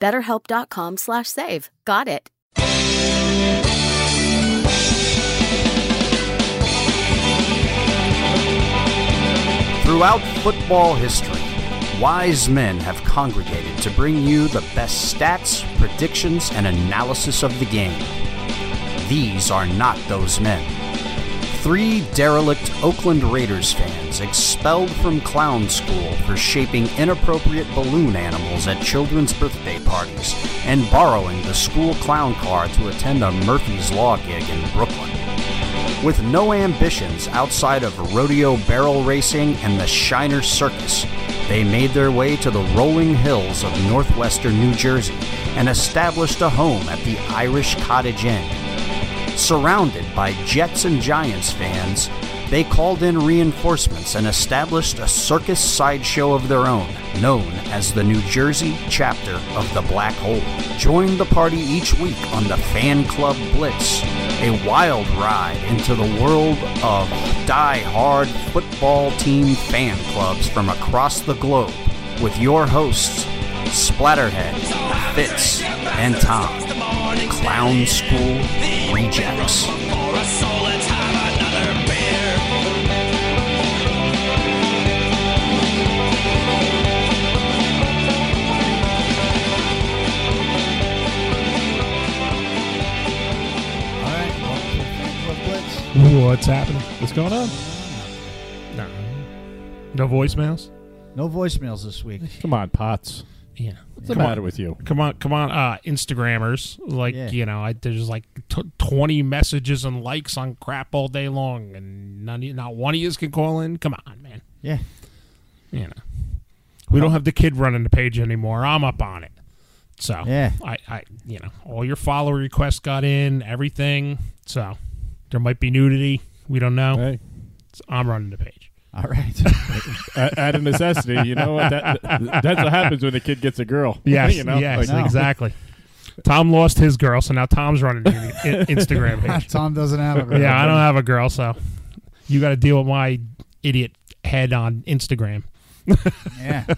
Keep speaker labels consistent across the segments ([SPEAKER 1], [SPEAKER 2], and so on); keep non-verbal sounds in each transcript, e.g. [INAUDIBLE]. [SPEAKER 1] BetterHelp.com slash save. Got it.
[SPEAKER 2] Throughout football history, wise men have congregated to bring you the best stats, predictions, and analysis of the game. These are not those men. Three derelict Oakland Raiders fans expelled from clown school for shaping inappropriate balloon animals at children's birthday parties and borrowing the school clown car to attend a Murphy's Law gig in Brooklyn. With no ambitions outside of rodeo barrel racing and the Shiner Circus, they made their way to the rolling hills of northwestern New Jersey and established a home at the Irish Cottage Inn. Surrounded by Jets and Giants fans, they called in reinforcements and established a circus sideshow of their own, known as the New Jersey chapter of the Black Hole. Join the party each week on the Fan Club Blitz, a wild ride into the world of die-hard football team fan clubs from across the globe with your hosts, Splatterhead, Fitz, and Tom, Clown School Rejects.
[SPEAKER 3] All right, welcome to Fan Club Blitz.
[SPEAKER 4] What's happening? What's going on? No. No voicemails?
[SPEAKER 3] No voicemails this week.
[SPEAKER 5] Come on, Potts.
[SPEAKER 4] Yeah.
[SPEAKER 5] What's the
[SPEAKER 4] Come on.
[SPEAKER 5] matter with you?
[SPEAKER 4] Come on, come on, uh, Instagrammers. Like,
[SPEAKER 3] Yeah.
[SPEAKER 4] you know, I, there's like t- 20 messages and likes on crap all day long, and none, of you- not one of you can call in. Come on, man.
[SPEAKER 3] Yeah,
[SPEAKER 4] You know, we don't have the kid running the page anymore. I'm up on it. So,
[SPEAKER 3] Yeah.
[SPEAKER 4] I, I, you know, all your follower requests got in, everything. So, there might be nudity. We don't know.
[SPEAKER 5] [LAUGHS] Hey,
[SPEAKER 4] So I'm running the page.
[SPEAKER 3] all right.
[SPEAKER 5] out out of necessity, you know what? That, that- that's what happens when the kid gets a girl. [LAUGHS]
[SPEAKER 4] Yes,
[SPEAKER 5] you know?
[SPEAKER 4] yes,
[SPEAKER 3] like- No.
[SPEAKER 4] exactly. Tom lost his girl, so now Tom's running the in- Instagram page.
[SPEAKER 3] [LAUGHS] Tom doesn't have it. Right
[SPEAKER 4] Yeah, I don't have a girl, so you got to deal with my idiot head on Instagram.
[SPEAKER 3] Yeah.
[SPEAKER 5] [LAUGHS]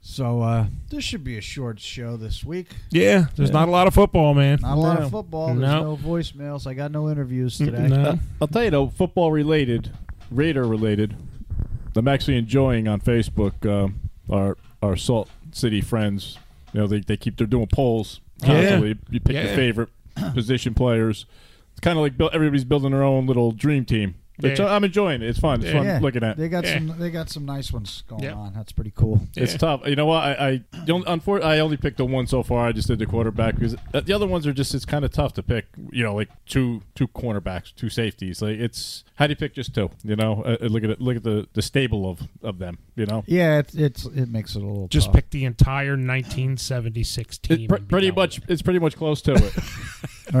[SPEAKER 3] So uh, this should be a short show this week.
[SPEAKER 4] Yeah, there's not a lot of football, man.
[SPEAKER 3] Not a lot
[SPEAKER 5] No.
[SPEAKER 3] of football. There's no,
[SPEAKER 4] No.
[SPEAKER 3] voicemails. I got no interviews today.
[SPEAKER 4] No.
[SPEAKER 5] I'll tell you though, football related, Raider related. I'm actually enjoying on Facebook um, our our Salt City friends. You know, they, they keep they're doing polls constantly. You pick
[SPEAKER 4] Yeah.
[SPEAKER 5] your favorite position players. It's kind of like buil- everybody's building their own little dream team. It's-
[SPEAKER 4] Yeah.
[SPEAKER 5] I'm enjoying it. It's fun. It's fun
[SPEAKER 3] Yeah,
[SPEAKER 5] looking at.
[SPEAKER 3] They got
[SPEAKER 4] Yeah.
[SPEAKER 3] some. They got some nice ones going
[SPEAKER 4] Yep.
[SPEAKER 3] on. That's pretty cool.
[SPEAKER 5] It's
[SPEAKER 4] Yeah.
[SPEAKER 5] tough. You know what? I I, don't, unfor- I only picked the one so far. I just did the quarterback because uh, the other ones are just it's kind of tough to pick. You know, like two two cornerbacks, two safeties. Like it's how do you pick just two? You know, uh, uh, look at it. Look at the the stable of of them. You know.
[SPEAKER 3] Yeah, it, it's it makes it a little
[SPEAKER 4] Just
[SPEAKER 3] tough.
[SPEAKER 4] pick the entire 1976 team.
[SPEAKER 5] It pr-
[SPEAKER 4] and be
[SPEAKER 5] pretty
[SPEAKER 4] done with
[SPEAKER 5] much, it's pretty much close to
[SPEAKER 4] [LAUGHS]
[SPEAKER 5] it.
[SPEAKER 3] All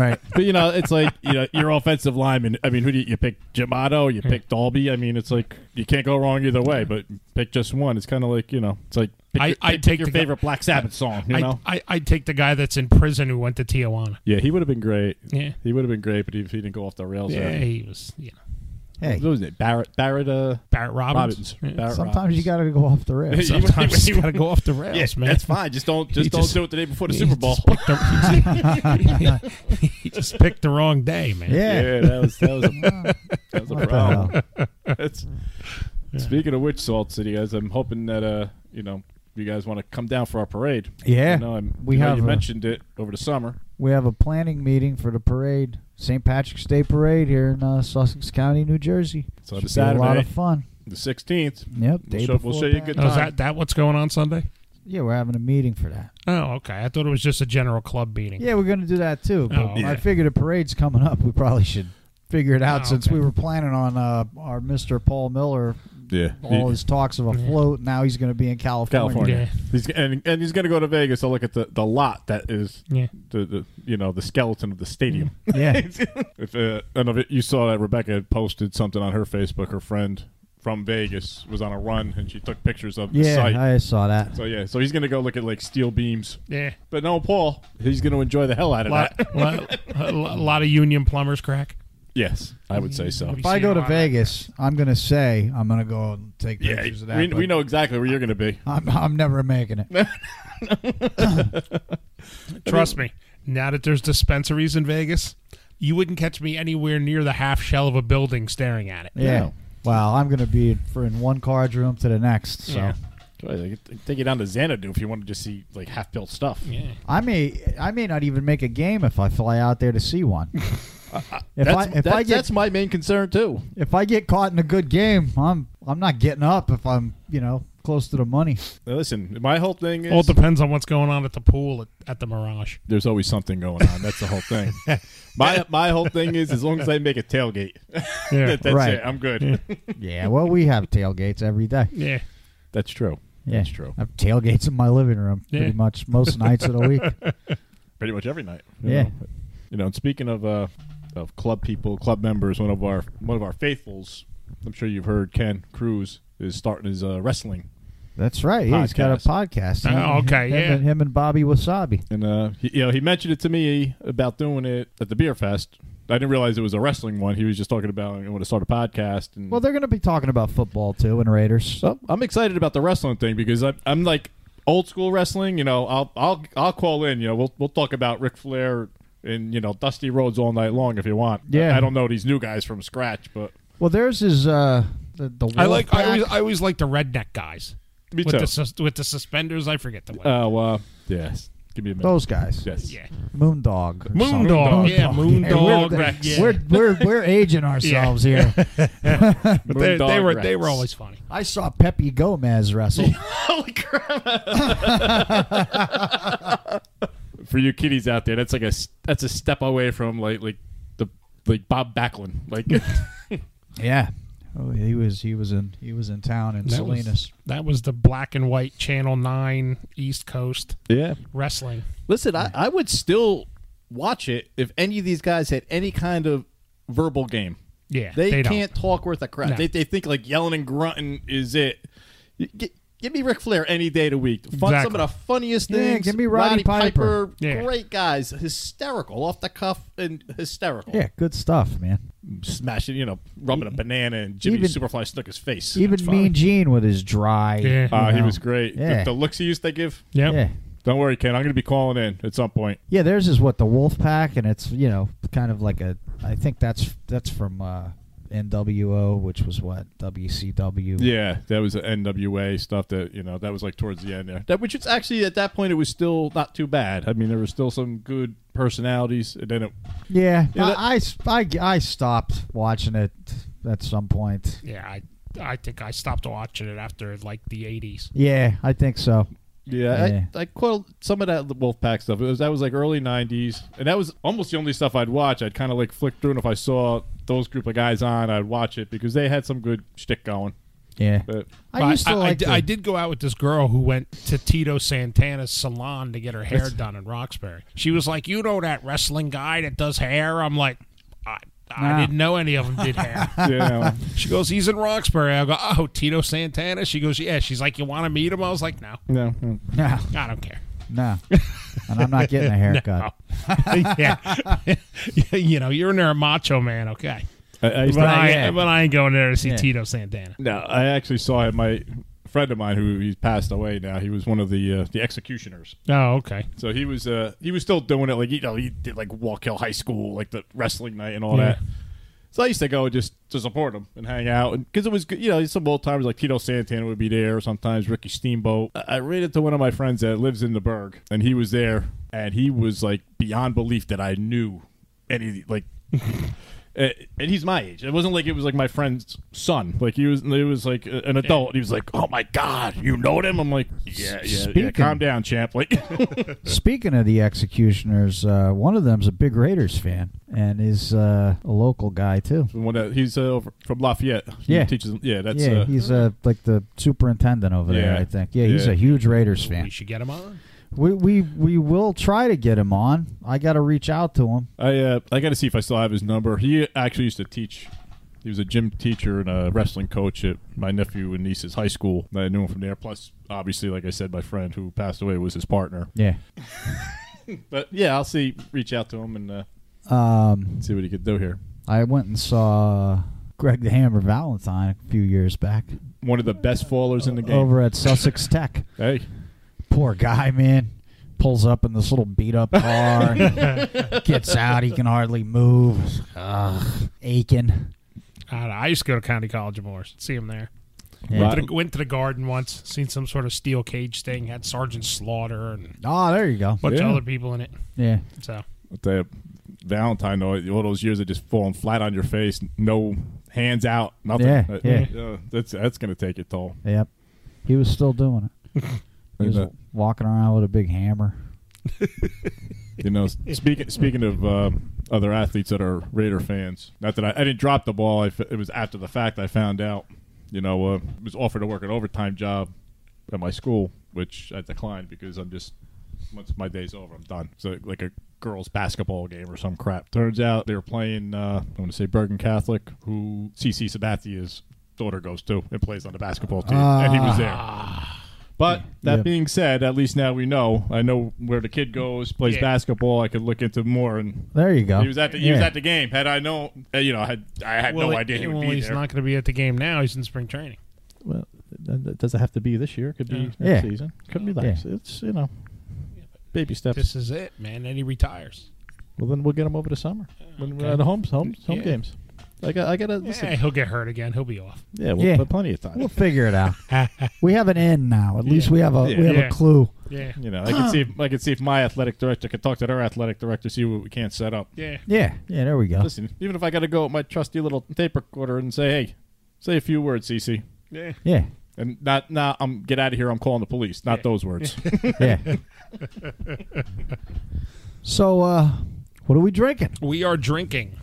[SPEAKER 5] [LAUGHS]
[SPEAKER 3] right.
[SPEAKER 5] but you know, it's like you know your offensive lineman. I mean, who do you, you pick? Jamato,
[SPEAKER 4] Hmm.
[SPEAKER 5] you pick Dolby. I mean, it's like you can't go wrong either way. But pick just one. It's kind of like you know, it's like pick
[SPEAKER 4] I-
[SPEAKER 5] your,
[SPEAKER 4] I
[SPEAKER 5] pick
[SPEAKER 4] take
[SPEAKER 5] your
[SPEAKER 4] the guy-
[SPEAKER 5] favorite Black Sabbath song. You
[SPEAKER 4] I,
[SPEAKER 5] know,
[SPEAKER 4] I, I'd take the guy that's in prison who went to Tijuana.
[SPEAKER 5] Yeah, he would have been great.
[SPEAKER 4] Yeah.
[SPEAKER 5] He would have been great, but if he didn't go off the rails,
[SPEAKER 4] Yeah,
[SPEAKER 5] there.
[SPEAKER 4] he was, you know,
[SPEAKER 3] Hey,
[SPEAKER 5] What was it? Barrett, Barrett, uh,
[SPEAKER 4] Barrett Robbins.
[SPEAKER 5] Robbins.
[SPEAKER 4] Yeah.
[SPEAKER 5] Barrett
[SPEAKER 3] sometimes you
[SPEAKER 5] Robbins.
[SPEAKER 3] got to go
[SPEAKER 5] [LAUGHS]
[SPEAKER 3] off the rails.
[SPEAKER 4] Sometimes you gotta go off the rails,
[SPEAKER 5] Yeah,
[SPEAKER 4] man.
[SPEAKER 5] that's fine. Just don't, just
[SPEAKER 4] He
[SPEAKER 5] don't
[SPEAKER 4] just-
[SPEAKER 5] do it the day before the
[SPEAKER 4] He
[SPEAKER 5] Super
[SPEAKER 4] just
[SPEAKER 5] Bowl.
[SPEAKER 4] picked [LAUGHS] the- he just picked the wrong day, man.
[SPEAKER 3] Yeah.
[SPEAKER 5] [LAUGHS] Yeah, that was that was a, that was a
[SPEAKER 3] What the hell?
[SPEAKER 5] problem. [LAUGHS] That's- Speaking of which, Salt City guys, I'm hoping that uh, you know, you guys want to come down for our parade.
[SPEAKER 3] Yeah.
[SPEAKER 5] you know, I'm,
[SPEAKER 3] We
[SPEAKER 5] you know,
[SPEAKER 3] have
[SPEAKER 5] you
[SPEAKER 3] a-
[SPEAKER 5] mentioned it over the summer.
[SPEAKER 3] We have a planning meeting for the parade, St. Patrick's Day Parade here in uh, Sussex County, New Jersey.
[SPEAKER 5] So on
[SPEAKER 3] Should
[SPEAKER 5] the
[SPEAKER 3] be a lot
[SPEAKER 5] Saturday.
[SPEAKER 3] of fun.
[SPEAKER 5] The 16th.
[SPEAKER 3] Yep.
[SPEAKER 5] We'll
[SPEAKER 3] day
[SPEAKER 5] show- we'll
[SPEAKER 3] before
[SPEAKER 5] show you a
[SPEAKER 3] that.
[SPEAKER 5] good
[SPEAKER 4] Oh, is
[SPEAKER 5] time.
[SPEAKER 4] that that what's going on Sunday?
[SPEAKER 3] Yeah, we're having a meeting for that.
[SPEAKER 4] Oh, okay. I thought it was just a general club meeting.
[SPEAKER 3] Yeah, we're going to do that too. But
[SPEAKER 4] Oh, okay.
[SPEAKER 3] I figured a parade's coming up. We probably should figure it out
[SPEAKER 4] Oh,
[SPEAKER 3] since
[SPEAKER 4] okay.
[SPEAKER 3] we were planning on uh, our Mr. Paul Miller,
[SPEAKER 5] Yeah,
[SPEAKER 3] all his talks of a float. Now he's going to be in California.
[SPEAKER 5] California.
[SPEAKER 4] Yeah.
[SPEAKER 5] He's and, and he's going to go to Vegas to look at the, the lot that is
[SPEAKER 4] Yeah.
[SPEAKER 5] the, the you know the skeleton of the stadium.
[SPEAKER 3] [LAUGHS] Yeah.
[SPEAKER 4] [LAUGHS]
[SPEAKER 3] [LAUGHS]
[SPEAKER 5] if uh, I don't know if you saw that Rebecca had posted something on her Facebook, her friend from Vegas was on a run and she took pictures of the
[SPEAKER 3] Yeah,
[SPEAKER 5] site.
[SPEAKER 3] I saw that.
[SPEAKER 5] so yeah, so he's going to go look at like steel beams.
[SPEAKER 4] Yeah.
[SPEAKER 5] But no, Paul, he's going to enjoy the hell out of
[SPEAKER 4] lot,
[SPEAKER 5] that. [LAUGHS]
[SPEAKER 4] lot, a lot of union plumbers crack.
[SPEAKER 5] yes, I would say so.
[SPEAKER 4] Have you
[SPEAKER 3] If I
[SPEAKER 4] seen
[SPEAKER 3] go
[SPEAKER 4] a
[SPEAKER 3] to
[SPEAKER 4] lot of that?
[SPEAKER 3] Vegas, I'm going to say I'm going to go and take
[SPEAKER 5] Yeah,
[SPEAKER 3] pictures of that.
[SPEAKER 5] we,
[SPEAKER 3] but
[SPEAKER 5] we know exactly where you're going to be.
[SPEAKER 3] I'm, I'm never making
[SPEAKER 4] [LAUGHS]
[SPEAKER 3] it.
[SPEAKER 4] Trust me. Now that there's dispensaries in Vegas, you wouldn't catch me anywhere near the half shell of a building staring at it.
[SPEAKER 3] Yeah.
[SPEAKER 5] No.
[SPEAKER 3] Well, I'm going to be for in one card's room to the next. So
[SPEAKER 4] Yeah.
[SPEAKER 5] Take you down to Xanadu if you want to just see like half built stuff.
[SPEAKER 4] Yeah.
[SPEAKER 3] I may I may not even make a game if I fly out there to see one. if
[SPEAKER 5] That's,
[SPEAKER 3] I if
[SPEAKER 5] that's-
[SPEAKER 3] I get
[SPEAKER 5] that's my main concern too.
[SPEAKER 3] if I get caught in a good game, I'm I'm not getting up if I'm you know close to the money.
[SPEAKER 5] Now, listen, my whole thing is
[SPEAKER 4] All depends on what's going on at the pool at, at the Mirage.
[SPEAKER 5] there's always something going on. That's the whole thing. [LAUGHS] my my whole thing is as long as I make a tailgate, [LAUGHS]
[SPEAKER 4] Yeah.
[SPEAKER 5] that, that's
[SPEAKER 3] Right.
[SPEAKER 5] it. I'm good.
[SPEAKER 3] Yeah. Well, we have tailgates every day.
[SPEAKER 4] yeah.
[SPEAKER 5] [LAUGHS] that's true.
[SPEAKER 3] Yeah.
[SPEAKER 5] That's true.
[SPEAKER 3] I have tailgates in my living room
[SPEAKER 4] Yeah.
[SPEAKER 3] pretty much most nights of the week.
[SPEAKER 5] Pretty much every night. you
[SPEAKER 3] Yeah.
[SPEAKER 5] know. You know, and speaking of uh, of club people, club members, one of our one of our faithfuls, I'm sure you've heard Ken Cruz is starting his uh, wrestling,
[SPEAKER 3] That's right. Yeah, he's got a podcast.
[SPEAKER 4] Oh, okay,
[SPEAKER 3] Him
[SPEAKER 4] yeah.
[SPEAKER 3] And, him and Bobby Wasabi.
[SPEAKER 5] and uh, he, you know he mentioned it to me about doing it at the beer fest. I didn't realize it was a wrestling one. He was just talking about I want to start a podcast. And
[SPEAKER 3] Well, they're going to be talking about football too and Raiders.
[SPEAKER 5] So I'm excited about the wrestling thing because I'm, I'm like old school wrestling. You know, I'll I'll I'll call in. You know, we'll we'll talk about Ric Flair and you know Dusty Rhodes all night long if you want.
[SPEAKER 3] Yeah.
[SPEAKER 5] I, I don't know these new guys from scratch, but
[SPEAKER 3] Well, there's his uh the the
[SPEAKER 4] I like. I
[SPEAKER 3] Wolfpack.
[SPEAKER 4] always, I always like the redneck guys.
[SPEAKER 5] Me
[SPEAKER 4] with
[SPEAKER 5] too.
[SPEAKER 4] The, sus- with the suspenders, I forget the one.
[SPEAKER 5] oh uh, yes, give me a minute.
[SPEAKER 3] those guys.
[SPEAKER 5] yes,
[SPEAKER 4] yeah.
[SPEAKER 3] Moondog. or something.
[SPEAKER 4] Moondog. Yeah, Moondog.
[SPEAKER 3] Hey, we're,
[SPEAKER 4] Rex. Yeah.
[SPEAKER 3] we're we're we're aging ourselves here.
[SPEAKER 4] [LAUGHS] But they,
[SPEAKER 5] Moondog
[SPEAKER 4] they were
[SPEAKER 5] Rex.
[SPEAKER 4] they were always funny.
[SPEAKER 3] I saw Pepe Gomez
[SPEAKER 4] [LAUGHS]
[SPEAKER 3] wrestle.
[SPEAKER 5] [LAUGHS] for you kiddies out there, that's like a s- that's a step away from like like the like Bob Backlund.
[SPEAKER 4] [LAUGHS]
[SPEAKER 5] Like
[SPEAKER 3] yeah. Oh, he was he was in he was in town in
[SPEAKER 4] That was-
[SPEAKER 3] Salinas.
[SPEAKER 4] that was the black and white Channel Nine East Coast
[SPEAKER 5] yeah,
[SPEAKER 4] wrestling.
[SPEAKER 5] Listen, I, I would still watch it if any of these guys had any kind of verbal game.
[SPEAKER 4] Yeah,
[SPEAKER 5] They,
[SPEAKER 4] they don't.
[SPEAKER 5] can't talk worth a crap.
[SPEAKER 4] No.
[SPEAKER 5] They, they think like yelling and grunting is it. Y- gi- give me Ric Flair any day of the week. Fun,
[SPEAKER 4] Exactly.
[SPEAKER 5] Some of the funniest
[SPEAKER 3] Yeah,
[SPEAKER 5] things.
[SPEAKER 3] give me Roddy Piper.
[SPEAKER 4] Yeah.
[SPEAKER 5] Great guys. Hysterical. Off the cuff and hysterical.
[SPEAKER 3] Yeah, good stuff, man.
[SPEAKER 5] Smashing, you know, rubbing a banana and Jimmy
[SPEAKER 3] Even-
[SPEAKER 5] Superfly Snooker's face.
[SPEAKER 3] Even
[SPEAKER 5] That's fine.
[SPEAKER 3] Mean Gene with his dry.
[SPEAKER 4] Yeah.
[SPEAKER 3] you
[SPEAKER 5] Uh, he
[SPEAKER 3] know.
[SPEAKER 5] was great. The-
[SPEAKER 3] Yeah.
[SPEAKER 5] The, looks he used to give.
[SPEAKER 4] Yep.
[SPEAKER 3] yeah.
[SPEAKER 5] Don't worry, Ken. I'm going to be calling in at some point.
[SPEAKER 3] Yeah, theirs is what the Wolf Pack, and it's you know kind of like a. I think that's that's from uh, NWO, which was what WCW.
[SPEAKER 5] Yeah, that was the NWA stuff that you know that was like towards the end there. That which is actually at that point it was still not too bad. I mean, there were still some good personalities, and then it
[SPEAKER 3] Yeah,
[SPEAKER 5] Yeah,
[SPEAKER 3] I-
[SPEAKER 5] that-
[SPEAKER 3] I, s- I, I stopped watching it at some point.
[SPEAKER 4] Yeah, I I think I stopped watching it after like the 80s.
[SPEAKER 3] Yeah, I think so.
[SPEAKER 5] Yeah,
[SPEAKER 3] Yeah.
[SPEAKER 5] I, I caught some of that Wolfpack stuff. It was that was like early '90s, and that was almost the only stuff I'd watch. I'd kind of like flick through, and if I saw those group of guys on, I'd watch it because they had some good shtick going.
[SPEAKER 3] Yeah,
[SPEAKER 5] But
[SPEAKER 3] I
[SPEAKER 4] But
[SPEAKER 3] used to like.
[SPEAKER 4] di-
[SPEAKER 3] the-
[SPEAKER 4] I did go out with this girl who went to Tito Santana's salon to get her hair done in Roxbury. She was like, "You know that wrestling guy that does hair?" I'm like, "I, I
[SPEAKER 3] Nah.
[SPEAKER 4] didn't know any of them did
[SPEAKER 3] [LAUGHS]
[SPEAKER 4] hair."
[SPEAKER 5] yeah,
[SPEAKER 4] she goes, "He's in Roxbury." I go, "Oh, Tito Santana." She goes, "Yeah." She's like, "You want to meet him?" I was like, "No,
[SPEAKER 5] no, no.
[SPEAKER 3] no,
[SPEAKER 4] I don't care." [LAUGHS]
[SPEAKER 3] no, and I'm not getting a haircut.
[SPEAKER 4] yeah, [LAUGHS] you know, you're in there, a macho man, okay?
[SPEAKER 5] I, I used
[SPEAKER 4] But
[SPEAKER 5] to-
[SPEAKER 4] I,
[SPEAKER 3] yeah.
[SPEAKER 4] but I ain't going there to see
[SPEAKER 3] Yeah.
[SPEAKER 4] Tito Santana.
[SPEAKER 5] No, I actually saw him. My friend of mine, who he's passed away now, he was one of the uh, the executioners.
[SPEAKER 4] Oh, okay.
[SPEAKER 5] So he was uh, he was still doing it. Like you know, he did like Walk Hill High School, like the wrestling night and all
[SPEAKER 4] Yeah.
[SPEAKER 5] that. So I used to go just to support him and hang out because it was good. You know, some old times like Tito Santana would be there. Sometimes Ricky Steamboat. I I ran into one of my friends that lives in the Berg, and he was there, and he was like beyond belief that I knew any like. Uh, and he's my age. It wasn't like it was like my friend's son. Like he was, it was like a- an adult. He was like, "Oh my god, you know them?" I'm like, "Yeah, yeah, yeah."
[SPEAKER 3] Speaking-
[SPEAKER 5] Calm down, champ. Like,
[SPEAKER 3] Speaking of the executioners, uh, one of them's a big Raiders fan and is uh, a local guy too.
[SPEAKER 5] The one that he's uh, over- from Lafayette. He
[SPEAKER 3] Yeah.
[SPEAKER 5] teaches. Yeah, that's.
[SPEAKER 3] yeah,
[SPEAKER 5] uh,
[SPEAKER 3] he's uh, like the superintendent over there,
[SPEAKER 5] Yeah.
[SPEAKER 3] I think. Yeah, he's
[SPEAKER 5] Yeah.
[SPEAKER 3] a huge Raiders fan.
[SPEAKER 4] We should get him on.
[SPEAKER 3] We, we we will try to get him on. I got to reach out to him.
[SPEAKER 5] I uh, I got to see if I still have his number. He actually used to teach. He was a gym teacher and a wrestling coach at my nephew and niece's high school. I knew him from there. Plus, obviously, like I said, my friend who passed away was his partner.
[SPEAKER 3] Yeah.
[SPEAKER 5] But yeah, I'll see. Reach out to him and uh,
[SPEAKER 3] Um,
[SPEAKER 5] see what he could do here.
[SPEAKER 3] I went and saw Greg the Hammer Valentine a few years back
[SPEAKER 5] One of the best fallers in the game.
[SPEAKER 3] over at Sussex Tech.
[SPEAKER 5] Hey,
[SPEAKER 3] Poor guy, man. Pulls up in this little beat up car, gets out. He can hardly move. Ugh, aching.
[SPEAKER 4] I, don't know. I used to go to County College of Morris. See him there.
[SPEAKER 5] Right.
[SPEAKER 3] Yeah.
[SPEAKER 4] Went to, the, went to the garden once. Seen some sort of steel cage thing. Had Sergeant Slaughter and a
[SPEAKER 3] Oh, there you go.
[SPEAKER 4] bunch
[SPEAKER 5] Yeah.
[SPEAKER 4] of other people in it.
[SPEAKER 3] Yeah.
[SPEAKER 4] So
[SPEAKER 5] I'll tell you, Valentine, though, all those years of just falling flat on your face, no hands out, nothing.
[SPEAKER 3] Yeah,
[SPEAKER 5] Uh,
[SPEAKER 3] yeah.
[SPEAKER 5] uh, that's that's gonna take a toll.
[SPEAKER 3] Yep. He was still doing it. He was
[SPEAKER 5] And, uh,
[SPEAKER 3] walking around with a big hammer.
[SPEAKER 5] You know, speaking speaking of uh, other athletes that are Raider fans, not that I, I didn't drop the ball. I f it was after the fact I found out. You know, uh, was offered to work an overtime job at my school, which I declined because I'm just once my day's over, I'm done. So like a girls basketball game or some crap. Turns out they were playing. Uh, I want to say Bergen Catholic, who CC Sabathia's daughter goes to and plays on the basketball team, and he was there. But that
[SPEAKER 3] Yeah.
[SPEAKER 5] being said, at least now we know. I know where the kid goes, plays
[SPEAKER 4] Yeah.
[SPEAKER 5] basketball. I could look into more, and
[SPEAKER 3] There you go.
[SPEAKER 5] he was at the he was
[SPEAKER 3] Yeah.
[SPEAKER 5] at the game. Had I known, uh, you know, I had I had no idea he would
[SPEAKER 4] well,
[SPEAKER 5] be
[SPEAKER 4] he's
[SPEAKER 5] there.
[SPEAKER 4] not going to be at the game now. He's in spring training.
[SPEAKER 6] Well, th- th- does it have to be this year? Could be next
[SPEAKER 3] Yeah.
[SPEAKER 6] season. Could be
[SPEAKER 3] Yeah. uh,
[SPEAKER 6] next. It's you know, baby steps.
[SPEAKER 4] This is it, man. And he retires.
[SPEAKER 6] well, then we'll get them over the summer when we're
[SPEAKER 4] okay.
[SPEAKER 6] at home home home
[SPEAKER 4] Yeah.
[SPEAKER 6] games. I got I got to
[SPEAKER 4] Yeah,
[SPEAKER 6] listen.
[SPEAKER 4] he'll get hurt again. He'll be off.
[SPEAKER 6] Yeah, we'll
[SPEAKER 3] Yeah.
[SPEAKER 6] put plenty of time.
[SPEAKER 3] We'll figure it out. we have an end now. At least we have a we have
[SPEAKER 4] Yeah.
[SPEAKER 3] a clue.
[SPEAKER 4] Yeah.
[SPEAKER 5] you know, I could see if, I could see if my athletic director could talk to their athletic director, see what we can't set up.
[SPEAKER 4] Yeah.
[SPEAKER 3] Yeah. Yeah. There we go.
[SPEAKER 5] Listen, even if I got to go with my trusty little tape recorder and say, "Hey, say a few words, CC,"
[SPEAKER 4] Yeah.
[SPEAKER 3] yeah.
[SPEAKER 5] and not, "Nah, I'm get out of here. I'm calling the police." Not
[SPEAKER 4] [LAUGHS]
[SPEAKER 5] those words.
[SPEAKER 3] Yeah. so, uh, what are we drinking?
[SPEAKER 4] We are drinking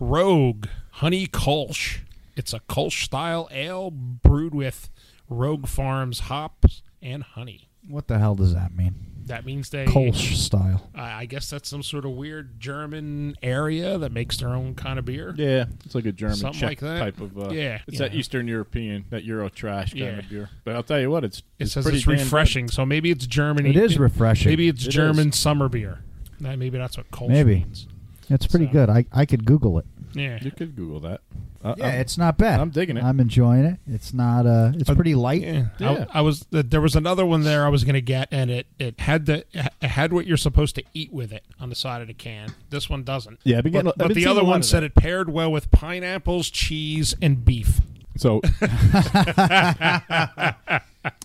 [SPEAKER 4] Rogue Honey Kolsch. It's a Kolsch style ale brewed with Rogue Farms hops and honey.
[SPEAKER 3] What the hell does that mean?
[SPEAKER 4] That means they
[SPEAKER 3] Kolsch style.
[SPEAKER 4] I I guess that's some sort of weird German area that makes their own kind of beer.
[SPEAKER 5] yeah, it's like a German
[SPEAKER 4] Something
[SPEAKER 5] Czech
[SPEAKER 4] like that.
[SPEAKER 5] type of. Uh,
[SPEAKER 4] Yeah, you
[SPEAKER 5] it's that
[SPEAKER 4] know.
[SPEAKER 5] Eastern European, that Euro trash kind
[SPEAKER 4] Yeah.
[SPEAKER 5] of beer. But I'll tell you what, it's
[SPEAKER 4] It
[SPEAKER 5] it's
[SPEAKER 4] says
[SPEAKER 5] pretty
[SPEAKER 4] it's
[SPEAKER 5] damn good.
[SPEAKER 4] refreshing, so maybe it's Germany.
[SPEAKER 3] It is refreshing.
[SPEAKER 4] Maybe it's
[SPEAKER 5] It
[SPEAKER 4] German summer beer. That- Maybe that's what Kolsch
[SPEAKER 3] Maybe.
[SPEAKER 4] means.
[SPEAKER 3] It's pretty
[SPEAKER 4] So-
[SPEAKER 3] good. I, I could Google it.
[SPEAKER 4] Yeah.
[SPEAKER 5] You could Google that. Uh,
[SPEAKER 3] Yeah,
[SPEAKER 5] I'm-
[SPEAKER 3] it's not bad.
[SPEAKER 5] I'm digging it.
[SPEAKER 3] I'm enjoying it. It's not. Uh, it's pretty light.
[SPEAKER 4] Yeah. I-
[SPEAKER 5] Yeah.
[SPEAKER 4] I, was th- there was another one there I was going to get and it it had the it had what you're supposed to eat with it on the side of the can. This one doesn't.
[SPEAKER 5] Yeah, I've been getting-
[SPEAKER 4] but, but
[SPEAKER 5] I've been
[SPEAKER 4] the
[SPEAKER 5] seeing
[SPEAKER 4] other
[SPEAKER 5] a lot
[SPEAKER 4] one
[SPEAKER 5] of
[SPEAKER 4] said
[SPEAKER 5] that.
[SPEAKER 4] it paired well with pineapples, cheese, and beef.
[SPEAKER 5] So, [LAUGHS]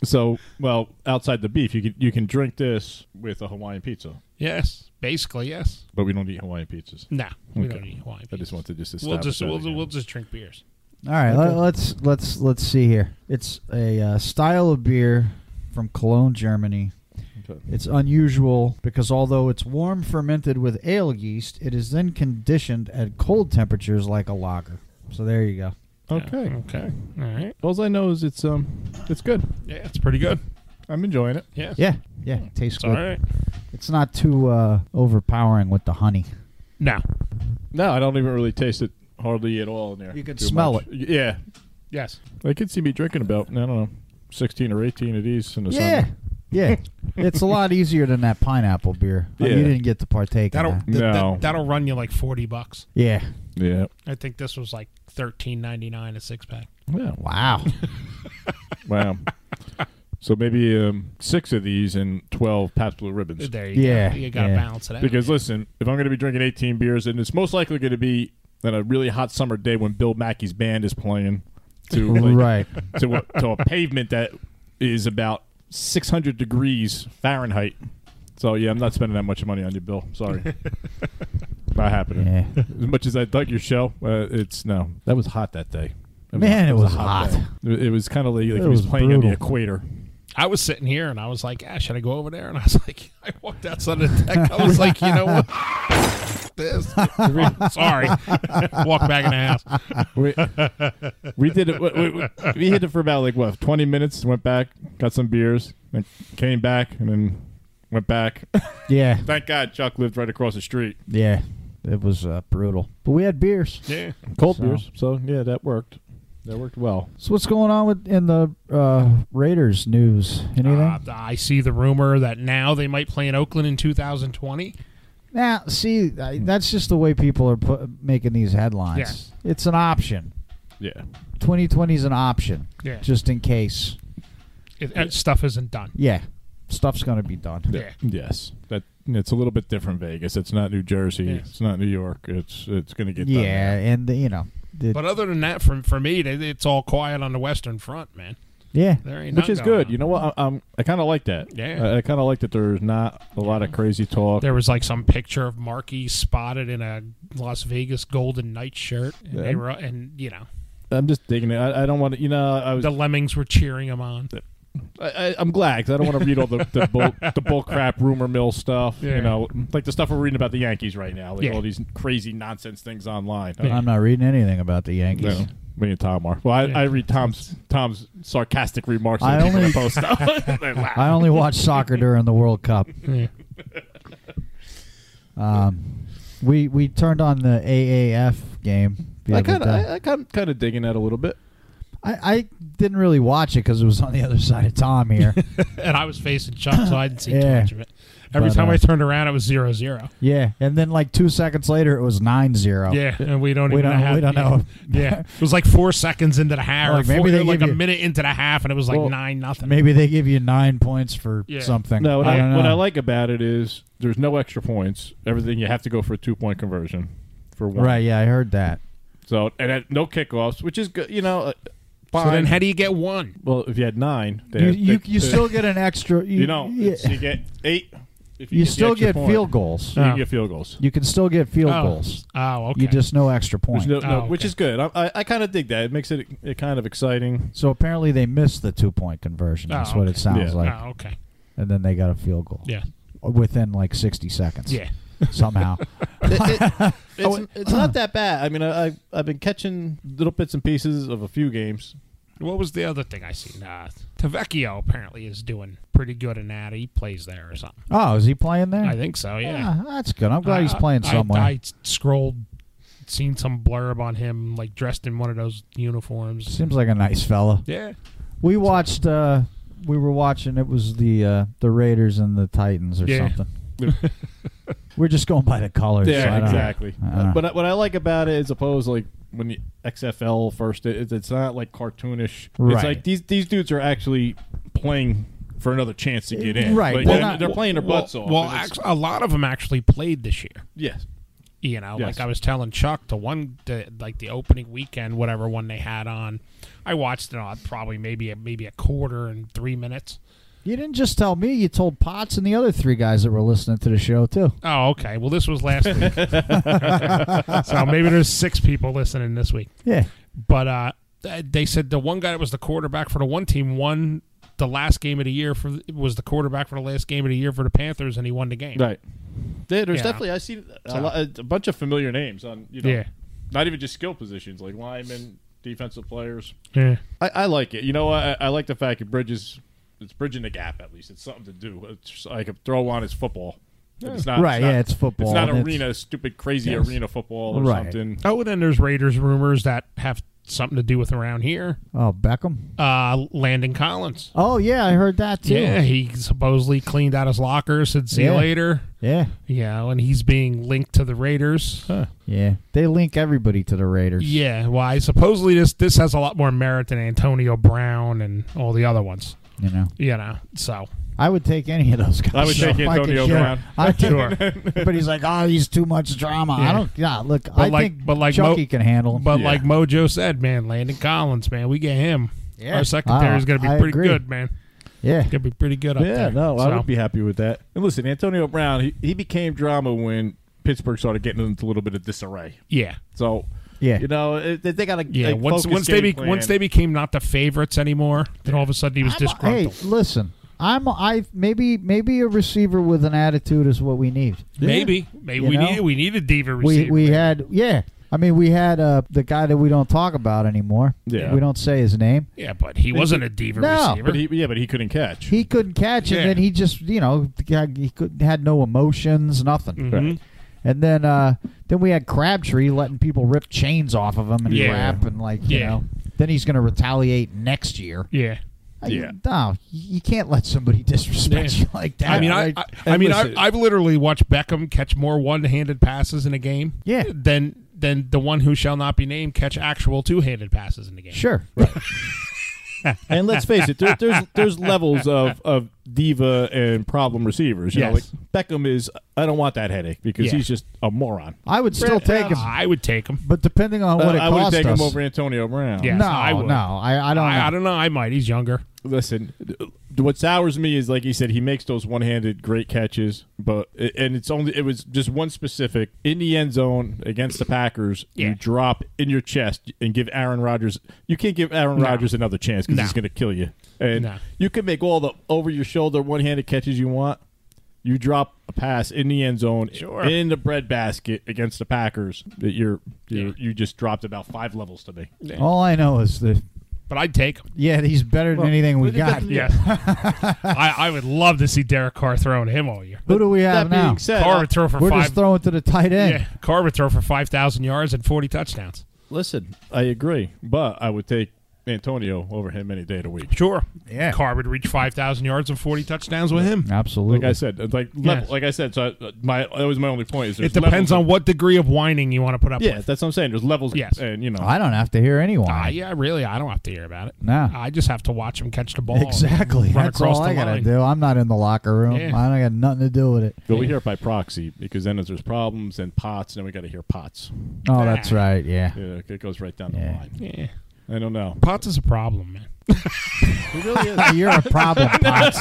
[SPEAKER 5] so well, outside the beef, you can you can drink this with a Hawaiian pizza,
[SPEAKER 4] Yes, basically yes.
[SPEAKER 5] but we don't eat Hawaiian pizzas.
[SPEAKER 4] No, we
[SPEAKER 5] Okay.
[SPEAKER 4] don't eat Hawaiian.
[SPEAKER 5] I
[SPEAKER 4] pizzas.
[SPEAKER 5] just wanted to just
[SPEAKER 4] we'll
[SPEAKER 5] establish
[SPEAKER 4] just
[SPEAKER 5] that
[SPEAKER 4] we'll,
[SPEAKER 5] again.
[SPEAKER 4] we'll just drink beers.
[SPEAKER 3] All right, let, let's let's let's see here. It's a uh, style of beer from Cologne, Germany. It's unusual because although it's warm fermented with ale yeast, it is then conditioned at cold temperatures like a lager. So there you go.
[SPEAKER 6] Okay.
[SPEAKER 4] Okay. All right.
[SPEAKER 6] All I know is it's um, it's good.
[SPEAKER 4] Yeah, it's pretty good.
[SPEAKER 6] I'm enjoying it.
[SPEAKER 4] Yeah.
[SPEAKER 3] Yeah, yeah, it tastes
[SPEAKER 4] Hmm. It's all
[SPEAKER 3] good.
[SPEAKER 4] right.
[SPEAKER 3] It's not too uh, overpowering with the honey.
[SPEAKER 4] No.
[SPEAKER 5] No, I don't even really taste it hardly at all in there.
[SPEAKER 3] You could
[SPEAKER 5] Too
[SPEAKER 3] smell
[SPEAKER 5] much. Yeah,
[SPEAKER 4] Yes.
[SPEAKER 5] I could see me drinking about I don't know, sixteen or eighteen of these in the
[SPEAKER 3] Yeah,
[SPEAKER 5] summer. [LAUGHS]
[SPEAKER 3] yeah. it's a lot easier than that pineapple beer. Uh,
[SPEAKER 5] Yeah.
[SPEAKER 3] You didn't get to partake. in
[SPEAKER 4] That'll
[SPEAKER 3] that.
[SPEAKER 4] th- th-
[SPEAKER 5] No.
[SPEAKER 4] that'll run you like forty bucks.
[SPEAKER 3] Yeah.
[SPEAKER 5] Yeah,
[SPEAKER 4] I think this was like thirteen ninety nine a six pack.
[SPEAKER 5] yeah.
[SPEAKER 4] [LAUGHS]
[SPEAKER 3] Wow. [LAUGHS]
[SPEAKER 5] Wow. so maybe um, six of these and twelve Pabst Blue Ribbons.
[SPEAKER 4] There you
[SPEAKER 3] Yeah,
[SPEAKER 4] go. You gotta
[SPEAKER 3] yeah.
[SPEAKER 4] balance it out.
[SPEAKER 5] Because listen, if I'm going to be drinking 18 beers, and it's most likely going to be on a really hot summer day when Bill Mackey's band is playing, to like,
[SPEAKER 3] right.
[SPEAKER 5] to a, to a pavement that is about 600 degrees Fahrenheit. So yeah, I'm not spending that much money on you, Bill. Sorry, not happening.
[SPEAKER 3] Yeah.
[SPEAKER 5] As much as I dug your show, uh, it's no. That was hot that day. That
[SPEAKER 3] Man, it
[SPEAKER 5] that
[SPEAKER 3] was
[SPEAKER 5] a
[SPEAKER 3] hot.
[SPEAKER 5] day. It, it was kind of like, like
[SPEAKER 3] It
[SPEAKER 5] he was,
[SPEAKER 3] was
[SPEAKER 5] playing on
[SPEAKER 3] brutal.
[SPEAKER 5] the
[SPEAKER 3] [LAUGHS]
[SPEAKER 5] equator.
[SPEAKER 4] I was sitting here and I was like, ah, should I go over there? And I was [LAUGHS] like, I walked outside the deck. I was like, you know what? [LAUGHS] this. Sorry. [LAUGHS] Walk back in the house.
[SPEAKER 5] We, we did it. We, we, we hit it for about like what 20 minutes. Went back, got some beers, and came back, and then went
[SPEAKER 3] [LAUGHS]
[SPEAKER 5] back.
[SPEAKER 3] Yeah.
[SPEAKER 5] Thank God Chuck lived right across the street.
[SPEAKER 3] Yeah. It was uh, brutal. But we had beers.
[SPEAKER 4] Yeah.
[SPEAKER 5] Cold
[SPEAKER 3] So-
[SPEAKER 5] beers. So yeah, that worked. That worked well.
[SPEAKER 3] So what's going on with in the uh, Raiders news? Anything?
[SPEAKER 4] Uh, I see the rumor that now they might play in Oakland in 2020.
[SPEAKER 3] now, see, I, that's just the way people are pu- making these headlines. It's an option.
[SPEAKER 5] Yeah.
[SPEAKER 3] 2020 is an option,
[SPEAKER 4] Yeah.
[SPEAKER 3] just in case.
[SPEAKER 4] It, that Stuff isn't done.
[SPEAKER 3] Yeah, stuff's gonna be done.
[SPEAKER 4] Yeah.
[SPEAKER 5] Yes. That it's a little bit different Vegas. It's not New Jersey.
[SPEAKER 4] Yes.
[SPEAKER 5] It's not New York. It's it's going to get done
[SPEAKER 3] Yeah, and you know, the-
[SPEAKER 4] But uh, other than that, for, for me, it- it's all quiet on the Western Front, man.
[SPEAKER 3] yeah,
[SPEAKER 4] There ain't
[SPEAKER 5] which
[SPEAKER 4] none
[SPEAKER 5] is
[SPEAKER 4] going
[SPEAKER 5] good.
[SPEAKER 4] on.
[SPEAKER 5] You know what? I, I'm I kind of like that.
[SPEAKER 4] Yeah.
[SPEAKER 5] I, I kind of like that. There's not a lot of crazy talk.
[SPEAKER 4] There was like some picture of Markey spotted in a Las Vegas Golden Knight shirt, and, they
[SPEAKER 5] Yeah.
[SPEAKER 4] were, and you know
[SPEAKER 5] I'm just digging it. I, I don't want to. You know, I was.
[SPEAKER 4] the lemmings were cheering him on.
[SPEAKER 5] I, I, I'm glad 'cause I don't want to read all the the bull, the bull crap rumor mill stuff.
[SPEAKER 4] Yeah.
[SPEAKER 5] You know, like the stuff we're reading about the Yankees right now. Like
[SPEAKER 4] Yeah.
[SPEAKER 5] all these crazy nonsense things online.
[SPEAKER 3] I'm not reading anything about the Yankees.
[SPEAKER 5] No. Me and Tom are. Well, I,
[SPEAKER 4] Yeah.
[SPEAKER 5] I read Tom's Tom's sarcastic remarks. [LAUGHS]
[SPEAKER 3] I
[SPEAKER 5] that people
[SPEAKER 3] [LAUGHS] only-
[SPEAKER 5] post up.
[SPEAKER 4] [LAUGHS]
[SPEAKER 3] I only watch soccer during the World Cup. Um, we we turned on the AAF game. the
[SPEAKER 5] I
[SPEAKER 3] other
[SPEAKER 5] kind of,
[SPEAKER 3] day.
[SPEAKER 5] I, I kind kind of digging that a little bit.
[SPEAKER 3] I, I didn't really watch it because it was on the other side of Tom
[SPEAKER 4] [LAUGHS]
[SPEAKER 3] here.
[SPEAKER 4] and I was facing Chuck, so I didn't see too
[SPEAKER 3] Yeah.
[SPEAKER 4] much of it. Every
[SPEAKER 3] But,
[SPEAKER 4] time
[SPEAKER 3] uh,
[SPEAKER 4] I turned around, it was zero zero.
[SPEAKER 3] yeah, and then like two seconds later, it was 9-0.
[SPEAKER 4] Yeah, and we don't
[SPEAKER 3] Oh. We
[SPEAKER 4] even
[SPEAKER 3] don't-
[SPEAKER 4] know how,
[SPEAKER 3] we don't
[SPEAKER 4] yeah.
[SPEAKER 3] know.
[SPEAKER 4] [LAUGHS] Yeah, it was like four seconds into the half,
[SPEAKER 3] Like,
[SPEAKER 4] or
[SPEAKER 3] maybe
[SPEAKER 4] four,
[SPEAKER 3] they
[SPEAKER 4] like
[SPEAKER 3] give
[SPEAKER 4] a
[SPEAKER 3] you-
[SPEAKER 4] minute into the half, and it was like
[SPEAKER 5] Well,
[SPEAKER 4] nine nothing.
[SPEAKER 3] Maybe they give you nine points for
[SPEAKER 4] Yeah.
[SPEAKER 3] something.
[SPEAKER 5] No, what I,
[SPEAKER 3] I don't know.
[SPEAKER 5] what I like about it is there's no extra points. Everything you have to go for a two point conversion for one.
[SPEAKER 3] Right? Yeah, I heard that.
[SPEAKER 5] So and at no kickoffs, which is good. You know, uh,
[SPEAKER 4] so then
[SPEAKER 5] fine.
[SPEAKER 4] how do you get one?
[SPEAKER 5] well, if you had nine, they
[SPEAKER 3] You
[SPEAKER 5] had-
[SPEAKER 3] you,
[SPEAKER 5] they-
[SPEAKER 3] you still get an extra.
[SPEAKER 5] [LAUGHS]
[SPEAKER 3] You,
[SPEAKER 5] you know
[SPEAKER 3] [LAUGHS] yeah.
[SPEAKER 5] it's- you get eight. If you,
[SPEAKER 3] you
[SPEAKER 5] get the
[SPEAKER 3] still
[SPEAKER 5] extra
[SPEAKER 3] get
[SPEAKER 5] point,
[SPEAKER 3] field goals. Ah.
[SPEAKER 5] You
[SPEAKER 4] Oh.
[SPEAKER 5] can get field goals.
[SPEAKER 3] You can still get field
[SPEAKER 4] oh.
[SPEAKER 3] goals.
[SPEAKER 4] Oh, okay.
[SPEAKER 3] You just no extra point.
[SPEAKER 5] There's no- no,
[SPEAKER 4] Oh,
[SPEAKER 5] Which
[SPEAKER 4] okay.
[SPEAKER 5] is good. I, I, I kind of dig that. It makes it, e-, it kind of
[SPEAKER 3] [LAUGHS]
[SPEAKER 5] exciting.
[SPEAKER 3] so apparently they missed the two point conversion.
[SPEAKER 4] Oh,
[SPEAKER 3] That's what it
[SPEAKER 4] okay.
[SPEAKER 3] sounds
[SPEAKER 5] Yeah.
[SPEAKER 3] like.
[SPEAKER 4] oh, okay.
[SPEAKER 3] And then they got a field goal
[SPEAKER 4] Yeah.
[SPEAKER 3] within like sixty seconds.
[SPEAKER 4] Yeah. [LAUGHS]
[SPEAKER 3] Somehow.
[SPEAKER 5] it's, it's not that bad. I mean, I, I I've been catching little bits and pieces of a few games.
[SPEAKER 4] What was the other thing I seen? Uh, Tavecchio apparently is doing pretty good in that. He plays there or something.
[SPEAKER 3] oh, is he playing there?
[SPEAKER 4] I think so. Yeah.
[SPEAKER 3] Ah, that's good. I'm glad he's
[SPEAKER 4] I-
[SPEAKER 3] playing
[SPEAKER 4] I-
[SPEAKER 3] somewhere.
[SPEAKER 4] I, scrolled, seen some blurb on him, like dressed in one of those uniforms.
[SPEAKER 3] Seems like a nice fella.
[SPEAKER 4] Yeah.
[SPEAKER 3] We watched. uh We were watching. It was the uh the Raiders and the Titans or
[SPEAKER 4] Yeah. [LAUGHS]
[SPEAKER 3] something. we're just going by the colors. so I
[SPEAKER 5] Yeah,
[SPEAKER 3] don't know.
[SPEAKER 5] exactly.
[SPEAKER 3] I don't know.
[SPEAKER 5] But I- what I like about it is opposed like when the XFL first, it, it's not like cartoonish.
[SPEAKER 3] Right.
[SPEAKER 5] It's like these these dudes are actually playing for another chance to get in.
[SPEAKER 3] Right.
[SPEAKER 5] Like,
[SPEAKER 3] Well,
[SPEAKER 5] they're,
[SPEAKER 3] not-
[SPEAKER 5] they're playing their butts
[SPEAKER 4] well,
[SPEAKER 5] off.
[SPEAKER 4] Well,
[SPEAKER 5] and it's-
[SPEAKER 4] act- a lot of them actually played this year.
[SPEAKER 5] yes.
[SPEAKER 4] You know,
[SPEAKER 5] Yes.
[SPEAKER 4] like I was telling Chuck, the one, the, like the opening weekend, whatever one they had on, I watched it on probably maybe a, maybe a quarter and three minutes.
[SPEAKER 3] You didn't just tell me. You told Potts and the other three guys that were listening to the show too.
[SPEAKER 4] Oh, okay.
[SPEAKER 5] [LAUGHS]
[SPEAKER 4] Well, this was last week, so maybe there's six people listening this week.
[SPEAKER 3] Yeah.
[SPEAKER 4] But uh, they said the one guy that was the quarterback for the one team won the last game of the year for was the quarterback for the last game of the year for the Panthers, and he won the game.
[SPEAKER 5] Right. There- there's
[SPEAKER 4] Yeah.
[SPEAKER 5] definitely I see a,
[SPEAKER 4] So-
[SPEAKER 5] lot, a bunch of familiar names on you know,
[SPEAKER 4] Yeah.
[SPEAKER 5] not even just skill positions like linemen, defensive players.
[SPEAKER 4] Yeah.
[SPEAKER 5] I, I like it. You know, I, I like the fact it bridges. It's bridging the gap. At least it's something to do. It's just, I could throw on is football. It's not
[SPEAKER 3] Right,
[SPEAKER 5] It's not,
[SPEAKER 3] yeah, it's football,
[SPEAKER 5] It's not
[SPEAKER 3] and it's-
[SPEAKER 5] arena, stupid, crazy arena football or
[SPEAKER 3] Right.
[SPEAKER 5] something.
[SPEAKER 4] Oh, and then there's Raiders rumors that have something to do with around here.
[SPEAKER 3] Oh, Beckham.
[SPEAKER 4] Uh, Landon Collins.
[SPEAKER 3] Oh yeah, I heard that too.
[SPEAKER 4] Yeah, he supposedly cleaned out his locker, said see
[SPEAKER 3] Yeah.
[SPEAKER 4] you later.
[SPEAKER 3] yeah.
[SPEAKER 4] You know, and he's being linked to the Raiders.
[SPEAKER 3] Yeah. They link everybody to the Raiders.
[SPEAKER 4] Yeah, why? supposedly this this has a lot more merit than Antonio Brown and all the other ones.
[SPEAKER 3] You know,
[SPEAKER 4] You know, so
[SPEAKER 3] I would take any of those guys.
[SPEAKER 5] I would take
[SPEAKER 3] If I could
[SPEAKER 5] Antonio
[SPEAKER 3] get-
[SPEAKER 5] Brown.
[SPEAKER 4] [LAUGHS]
[SPEAKER 3] I take,
[SPEAKER 4] Sure.
[SPEAKER 3] but he's like, oh, he's too much drama. I
[SPEAKER 4] Yeah.
[SPEAKER 3] don't. Yeah, look,
[SPEAKER 4] but
[SPEAKER 3] I
[SPEAKER 4] like
[SPEAKER 3] think
[SPEAKER 4] but like Mo-
[SPEAKER 3] Chucky can handle. Him.
[SPEAKER 4] But
[SPEAKER 5] Yeah.
[SPEAKER 4] like Mojo said, man, Landon Collins, man, we get him.
[SPEAKER 3] Yeah.
[SPEAKER 4] Our secondary is
[SPEAKER 3] Ah,
[SPEAKER 4] going to be
[SPEAKER 3] I
[SPEAKER 4] pretty
[SPEAKER 3] agree.
[SPEAKER 4] good, man.
[SPEAKER 3] yeah,
[SPEAKER 4] Going to be pretty good up
[SPEAKER 5] yeah,
[SPEAKER 4] there.
[SPEAKER 5] no, I
[SPEAKER 4] So,
[SPEAKER 5] would be happy with that. And listen, Antonio Brown, he, he became drama when Pittsburgh started getting into a little bit of disarray.
[SPEAKER 4] Yeah,
[SPEAKER 5] So,
[SPEAKER 3] Yeah.
[SPEAKER 5] you know, it, they, they got to
[SPEAKER 4] yeah. once once they be, once they became not the favorites anymore, then all of a sudden he was
[SPEAKER 3] I'm a- hey,
[SPEAKER 4] disgruntled.
[SPEAKER 3] listen, I'm I maybe maybe a receiver with an attitude is what we need.
[SPEAKER 4] maybe maybe
[SPEAKER 3] You
[SPEAKER 4] we
[SPEAKER 3] know?
[SPEAKER 4] need we need a diva
[SPEAKER 3] We
[SPEAKER 4] receiver.
[SPEAKER 3] we had yeah. I mean, we had uh, the guy that we don't talk about anymore.
[SPEAKER 5] Yeah.
[SPEAKER 3] we don't say his name.
[SPEAKER 4] yeah, but he wasn't a diva
[SPEAKER 3] No.
[SPEAKER 4] receiver.
[SPEAKER 5] but he, yeah, but he couldn't catch.
[SPEAKER 3] He couldn't catch,
[SPEAKER 4] Yeah.
[SPEAKER 3] and then he just you know he could, had no emotions, nothing.
[SPEAKER 4] Mhm.
[SPEAKER 3] And then uh, then we had Crabtree letting people rip chains off of him and
[SPEAKER 4] Yeah.
[SPEAKER 3] crap and like you
[SPEAKER 4] Yeah.
[SPEAKER 3] know. Then he's going to retaliate next year.
[SPEAKER 4] Yeah.
[SPEAKER 3] I-
[SPEAKER 5] Yeah.
[SPEAKER 3] no, you can't let somebody [LAUGHS] disrespect
[SPEAKER 4] Yeah.
[SPEAKER 3] you like that.
[SPEAKER 4] I mean, I,
[SPEAKER 3] right?
[SPEAKER 4] I, I mean, I,
[SPEAKER 5] listen-
[SPEAKER 4] I've literally watched Beckham catch more one-handed passes in a game,
[SPEAKER 3] Yeah.
[SPEAKER 4] than than the one who shall not be named catch actual two-handed passes in the game.
[SPEAKER 3] sure.
[SPEAKER 5] and let's face it, there, there's there's levels of, of diva and problem receivers. You
[SPEAKER 4] Yes.
[SPEAKER 5] know, like Beckham is. I don't want that headache because
[SPEAKER 4] Yeah.
[SPEAKER 5] he's just a moron.
[SPEAKER 3] I would still take him,
[SPEAKER 4] I would take him.
[SPEAKER 3] but depending on
[SPEAKER 5] Uh,
[SPEAKER 3] what it
[SPEAKER 5] I would
[SPEAKER 3] cost
[SPEAKER 5] take
[SPEAKER 3] us.
[SPEAKER 5] him over Antonio Brown.
[SPEAKER 4] Yeah.
[SPEAKER 3] no,
[SPEAKER 4] I would.
[SPEAKER 3] no, I, I don't. know.
[SPEAKER 4] I, I don't know. I might. He's younger.
[SPEAKER 5] Listen, th- what sours me is like he said, he makes those one-handed great catches, but and it's only it was just one specific in the end zone against the Packers.
[SPEAKER 4] Yeah.
[SPEAKER 5] You drop in your chest and give Aaron Rodgers. You can't give Aaron Rodgers another chance because
[SPEAKER 4] No.
[SPEAKER 5] he's going to kill you. And
[SPEAKER 4] No.
[SPEAKER 5] you can make all the over-your-shoulder one-handed catches you want. You drop a pass in the end zone
[SPEAKER 4] Sure.
[SPEAKER 5] in the breadbasket against the Packers. That you're, you're
[SPEAKER 4] Yeah.
[SPEAKER 5] you just dropped about five levels to me.
[SPEAKER 3] All I know is that
[SPEAKER 4] But I'd take him.
[SPEAKER 3] yeah, he's better than anything we got.
[SPEAKER 4] Yeah. [LAUGHS] I, I would love to see Derek Carr throwing him all year.
[SPEAKER 3] Who do we
[SPEAKER 5] That
[SPEAKER 3] have
[SPEAKER 5] being
[SPEAKER 3] now?
[SPEAKER 5] said,
[SPEAKER 4] Carr
[SPEAKER 5] I-
[SPEAKER 4] would throw for
[SPEAKER 3] We're
[SPEAKER 4] five.
[SPEAKER 3] just throwing to the tight end.
[SPEAKER 4] yeah, Carr would throw for five thousand yards and forty touchdowns.
[SPEAKER 5] Listen, I agree, but I would take Antonio over him any day of the week.
[SPEAKER 4] Sure.
[SPEAKER 3] Yeah.
[SPEAKER 4] Carr would reach five thousand yards and forty touchdowns with [LAUGHS] him.
[SPEAKER 3] Absolutely.
[SPEAKER 5] Like I said, it's like level,
[SPEAKER 4] Yes.
[SPEAKER 5] like I said, so I, uh, my that was my only point. Is
[SPEAKER 4] It
[SPEAKER 5] there's
[SPEAKER 4] depends
[SPEAKER 5] levels
[SPEAKER 4] on
[SPEAKER 5] of-
[SPEAKER 4] what degree of whining you want to put up
[SPEAKER 5] Yeah,
[SPEAKER 4] with.
[SPEAKER 5] that's what I'm saying. There's levels.
[SPEAKER 4] Yes.
[SPEAKER 5] and you know,
[SPEAKER 3] I don't have to hear anyone.
[SPEAKER 4] Ah, yeah, really, I don't have to hear about it.
[SPEAKER 3] Nah.
[SPEAKER 4] I just have to watch him catch the ball. and
[SPEAKER 3] [LAUGHS] Exactly.
[SPEAKER 4] Run
[SPEAKER 3] That's
[SPEAKER 4] across
[SPEAKER 3] all
[SPEAKER 4] the
[SPEAKER 3] I gotta
[SPEAKER 4] line.
[SPEAKER 3] do. I'm not in the locker room.
[SPEAKER 4] Yeah.
[SPEAKER 3] I don't got nothing to do with it.
[SPEAKER 5] but we hear it by proxy because then if there's problems and pots, then we got to hear pots.
[SPEAKER 3] Oh, that's right.
[SPEAKER 4] [LAUGHS]
[SPEAKER 3] Yeah.
[SPEAKER 5] You know, it goes right down
[SPEAKER 3] Yeah.
[SPEAKER 5] the line.
[SPEAKER 4] Yeah.
[SPEAKER 5] I don't know.
[SPEAKER 4] Potts is a problem, man.
[SPEAKER 5] It really is.
[SPEAKER 3] You're
[SPEAKER 4] [LAUGHS]
[SPEAKER 3] a problem, Pops.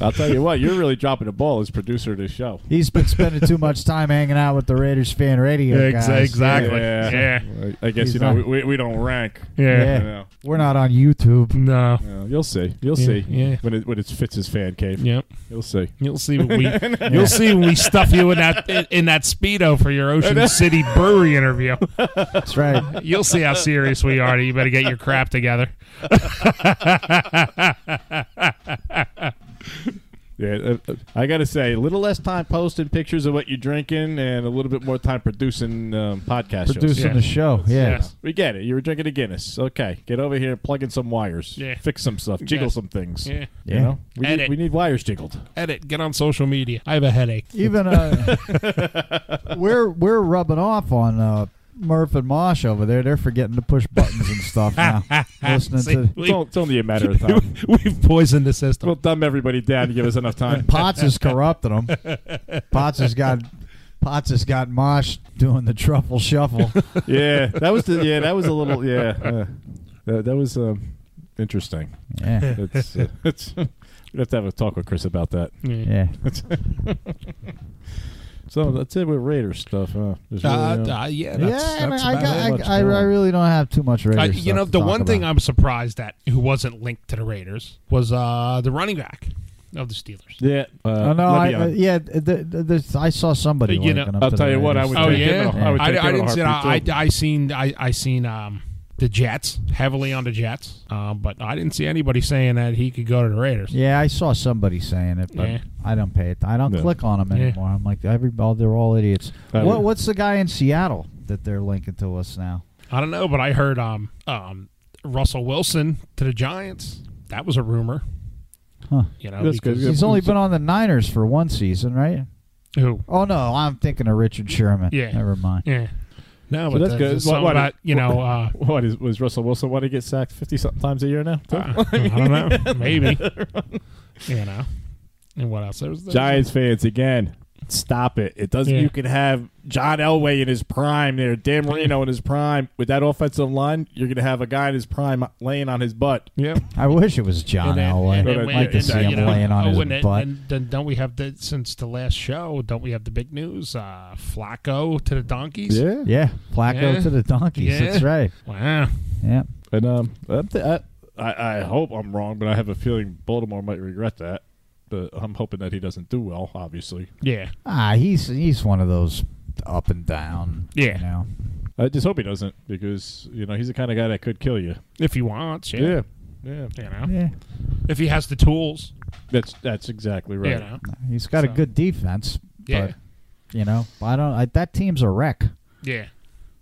[SPEAKER 5] I'll tell you what, you're really dropping the ball as producer of this show.
[SPEAKER 3] He's been spending too much time hanging out with the Raiders fan radio guys.
[SPEAKER 4] exactly.
[SPEAKER 5] Yeah,
[SPEAKER 4] Yeah.
[SPEAKER 5] I I guess
[SPEAKER 3] He's
[SPEAKER 5] you know
[SPEAKER 3] not-
[SPEAKER 5] we, we don't rank.
[SPEAKER 3] Yeah.
[SPEAKER 4] Yeah.
[SPEAKER 5] You know.
[SPEAKER 3] We're not on YouTube.
[SPEAKER 4] No.
[SPEAKER 5] Yeah, you'll see. You'll
[SPEAKER 4] Yeah,
[SPEAKER 5] see.
[SPEAKER 4] yeah.
[SPEAKER 5] When it when it fits his fan cave.
[SPEAKER 4] Yep.
[SPEAKER 5] You'll see.
[SPEAKER 4] You'll see when we you'll see when we stuff you in that [LAUGHS] in that speedo for your Ocean City brewery interview. [LAUGHS]
[SPEAKER 3] That's right.
[SPEAKER 4] You'll see how serious we are. You better get your crap together.
[SPEAKER 5] Yeah, uh, uh, I gotta say, a little less time posting pictures of what you're drinking, and a little bit more time producing um, podcast shows.
[SPEAKER 3] Producing
[SPEAKER 4] Yeah.
[SPEAKER 3] the show. Yeah.
[SPEAKER 4] Yes.
[SPEAKER 5] We get it. You were drinking a Guinness. Okay, get over here, plug in some wires,
[SPEAKER 4] Yeah.
[SPEAKER 5] fix some stuff, jiggle
[SPEAKER 4] Yes.
[SPEAKER 5] some things.
[SPEAKER 4] Yeah.
[SPEAKER 3] Yeah.
[SPEAKER 5] You know, we need,
[SPEAKER 4] Edit.
[SPEAKER 5] we need wires
[SPEAKER 4] [LAUGHS]
[SPEAKER 5] jiggled.
[SPEAKER 4] Edit. Get on social media. I have a headache.
[SPEAKER 3] Even uh,
[SPEAKER 4] [LAUGHS]
[SPEAKER 3] we're we're rubbing off on uh, Murph and Mosh over there. They're forgetting to push buttons and
[SPEAKER 4] [LAUGHS]
[SPEAKER 3] stuff now. Listening
[SPEAKER 4] See,
[SPEAKER 3] to
[SPEAKER 5] It's,
[SPEAKER 4] we,
[SPEAKER 5] all- it's only a
[SPEAKER 4] [LAUGHS]
[SPEAKER 5] matter of time.
[SPEAKER 4] [LAUGHS] we've poisoned the system.
[SPEAKER 5] we'll dumb everybody down to give us
[SPEAKER 4] [LAUGHS]
[SPEAKER 5] enough time.
[SPEAKER 3] Potts is
[SPEAKER 5] [LAUGHS]
[SPEAKER 3] corrupting them. Potts has got Potts has got Mosh doing the
[SPEAKER 5] [LAUGHS]
[SPEAKER 3] truffle shuffle.
[SPEAKER 5] yeah, that was the, yeah, that was a little yeah, uh, that, that was um, interesting.
[SPEAKER 3] Yeah.
[SPEAKER 5] It's, uh, [LAUGHS] it's we have to have a talk with Chris about that.
[SPEAKER 3] Yeah.
[SPEAKER 5] So that's it with Raider stuff. Huh? There's
[SPEAKER 4] Uh,
[SPEAKER 5] really, uh,
[SPEAKER 4] uh, yeah, that's,
[SPEAKER 3] yeah, I, mean,
[SPEAKER 4] that's
[SPEAKER 3] I,
[SPEAKER 4] about
[SPEAKER 3] got-
[SPEAKER 4] it.
[SPEAKER 3] I-
[SPEAKER 5] much
[SPEAKER 3] I,
[SPEAKER 5] going
[SPEAKER 3] I
[SPEAKER 5] on.
[SPEAKER 3] really don't have too much Raiders.
[SPEAKER 4] Uh, you know,
[SPEAKER 3] stuff to
[SPEAKER 4] the
[SPEAKER 3] talk
[SPEAKER 4] one thing
[SPEAKER 3] about.
[SPEAKER 4] I'm surprised at who wasn't linked to the Raiders was uh, the running back of the Steelers.
[SPEAKER 5] yeah. Uh,
[SPEAKER 3] Oh, no, I,
[SPEAKER 5] Le'Veon.
[SPEAKER 3] uh, yeah, th- th- there's- I saw somebody.
[SPEAKER 4] You know,
[SPEAKER 3] linking up
[SPEAKER 5] I'll
[SPEAKER 3] to
[SPEAKER 5] tell
[SPEAKER 3] the
[SPEAKER 5] you what, I
[SPEAKER 3] Raiders.
[SPEAKER 5] would Oh, take yeah? him in a- I would
[SPEAKER 4] I,
[SPEAKER 5] take him
[SPEAKER 4] I
[SPEAKER 5] in a
[SPEAKER 4] didn't see. I, I,
[SPEAKER 5] heartbeat, too.
[SPEAKER 4] I seen. I, I seen um, the Jets heavily on the Jets, uh, but I didn't see anybody saying that he could go to the Raiders.
[SPEAKER 3] Yeah, I saw somebody saying it, but
[SPEAKER 4] Yeah.
[SPEAKER 3] I don't pay it. I don't
[SPEAKER 5] Yeah.
[SPEAKER 3] click on them
[SPEAKER 4] Yeah.
[SPEAKER 3] anymore. I'm like, every oh, they're all idiots.
[SPEAKER 5] I
[SPEAKER 3] What,
[SPEAKER 5] would-
[SPEAKER 3] what's the guy in Seattle that they're linking to us now?
[SPEAKER 4] I don't know, but I heard um, um, Russell Wilson to the Giants. That was a rumor.
[SPEAKER 3] Huh.
[SPEAKER 4] You know,
[SPEAKER 5] That's good.
[SPEAKER 4] because,
[SPEAKER 5] Yeah,
[SPEAKER 3] He's only
[SPEAKER 5] so-
[SPEAKER 3] been on the Niners for one season, right?
[SPEAKER 4] who?
[SPEAKER 3] Oh no, I'm thinking of Richard Sherman.
[SPEAKER 4] Yeah.
[SPEAKER 3] never mind.
[SPEAKER 4] Yeah. No,
[SPEAKER 5] So
[SPEAKER 4] but
[SPEAKER 5] that's
[SPEAKER 4] the-
[SPEAKER 5] good.
[SPEAKER 4] the
[SPEAKER 5] What-
[SPEAKER 4] song
[SPEAKER 5] what-
[SPEAKER 4] about, you
[SPEAKER 5] [LAUGHS]
[SPEAKER 4] know, uh,
[SPEAKER 5] What is was Russell Wilson? Why did he get sacked fifty something times a year now?
[SPEAKER 4] Uh, I [LAUGHS] don't know. Maybe. you know. And what else? There was there was-
[SPEAKER 5] Giants fans again. Stop it! It doesn't.
[SPEAKER 4] Yeah.
[SPEAKER 5] You can have John Elway in his prime there, Dan Marino in his prime. With that offensive line, you're going to have a guy in his prime laying on his butt.
[SPEAKER 4] Yeah.
[SPEAKER 3] I wish it was John
[SPEAKER 4] And then-
[SPEAKER 3] Elway.
[SPEAKER 4] and then
[SPEAKER 5] I'd
[SPEAKER 4] when-
[SPEAKER 3] like to
[SPEAKER 4] and
[SPEAKER 3] see
[SPEAKER 4] then,
[SPEAKER 3] him
[SPEAKER 4] you know,
[SPEAKER 3] laying on
[SPEAKER 4] oh,
[SPEAKER 3] his
[SPEAKER 4] and then-
[SPEAKER 3] butt.
[SPEAKER 4] And then don't we have the since the last show? Don't we have the big news? Uh, Flacco to the donkeys.
[SPEAKER 3] yeah, Flacco
[SPEAKER 4] Yeah.
[SPEAKER 3] to the donkeys.
[SPEAKER 4] Yeah.
[SPEAKER 3] That's right.
[SPEAKER 4] Wow.
[SPEAKER 3] Yeah.
[SPEAKER 5] and um, I'm th- I, I I hope I'm wrong, but I have a feeling Baltimore might regret that. But I'm hoping that he doesn't do well. Obviously,
[SPEAKER 4] Yeah.
[SPEAKER 3] Ah, he's he's one of those up and down.
[SPEAKER 4] Yeah.
[SPEAKER 3] You know.
[SPEAKER 5] I just hope he doesn't because you know he's the kind of guy that could kill you.
[SPEAKER 4] If he wants. Yeah.
[SPEAKER 5] yeah.
[SPEAKER 4] You know.
[SPEAKER 3] Yeah.
[SPEAKER 4] If he has the tools.
[SPEAKER 5] That's that's exactly right.
[SPEAKER 4] You know.
[SPEAKER 3] He's got a
[SPEAKER 4] So-
[SPEAKER 3] good defense.
[SPEAKER 4] Yeah.
[SPEAKER 3] But, you know, I don't. I, that team's a wreck.
[SPEAKER 4] Yeah.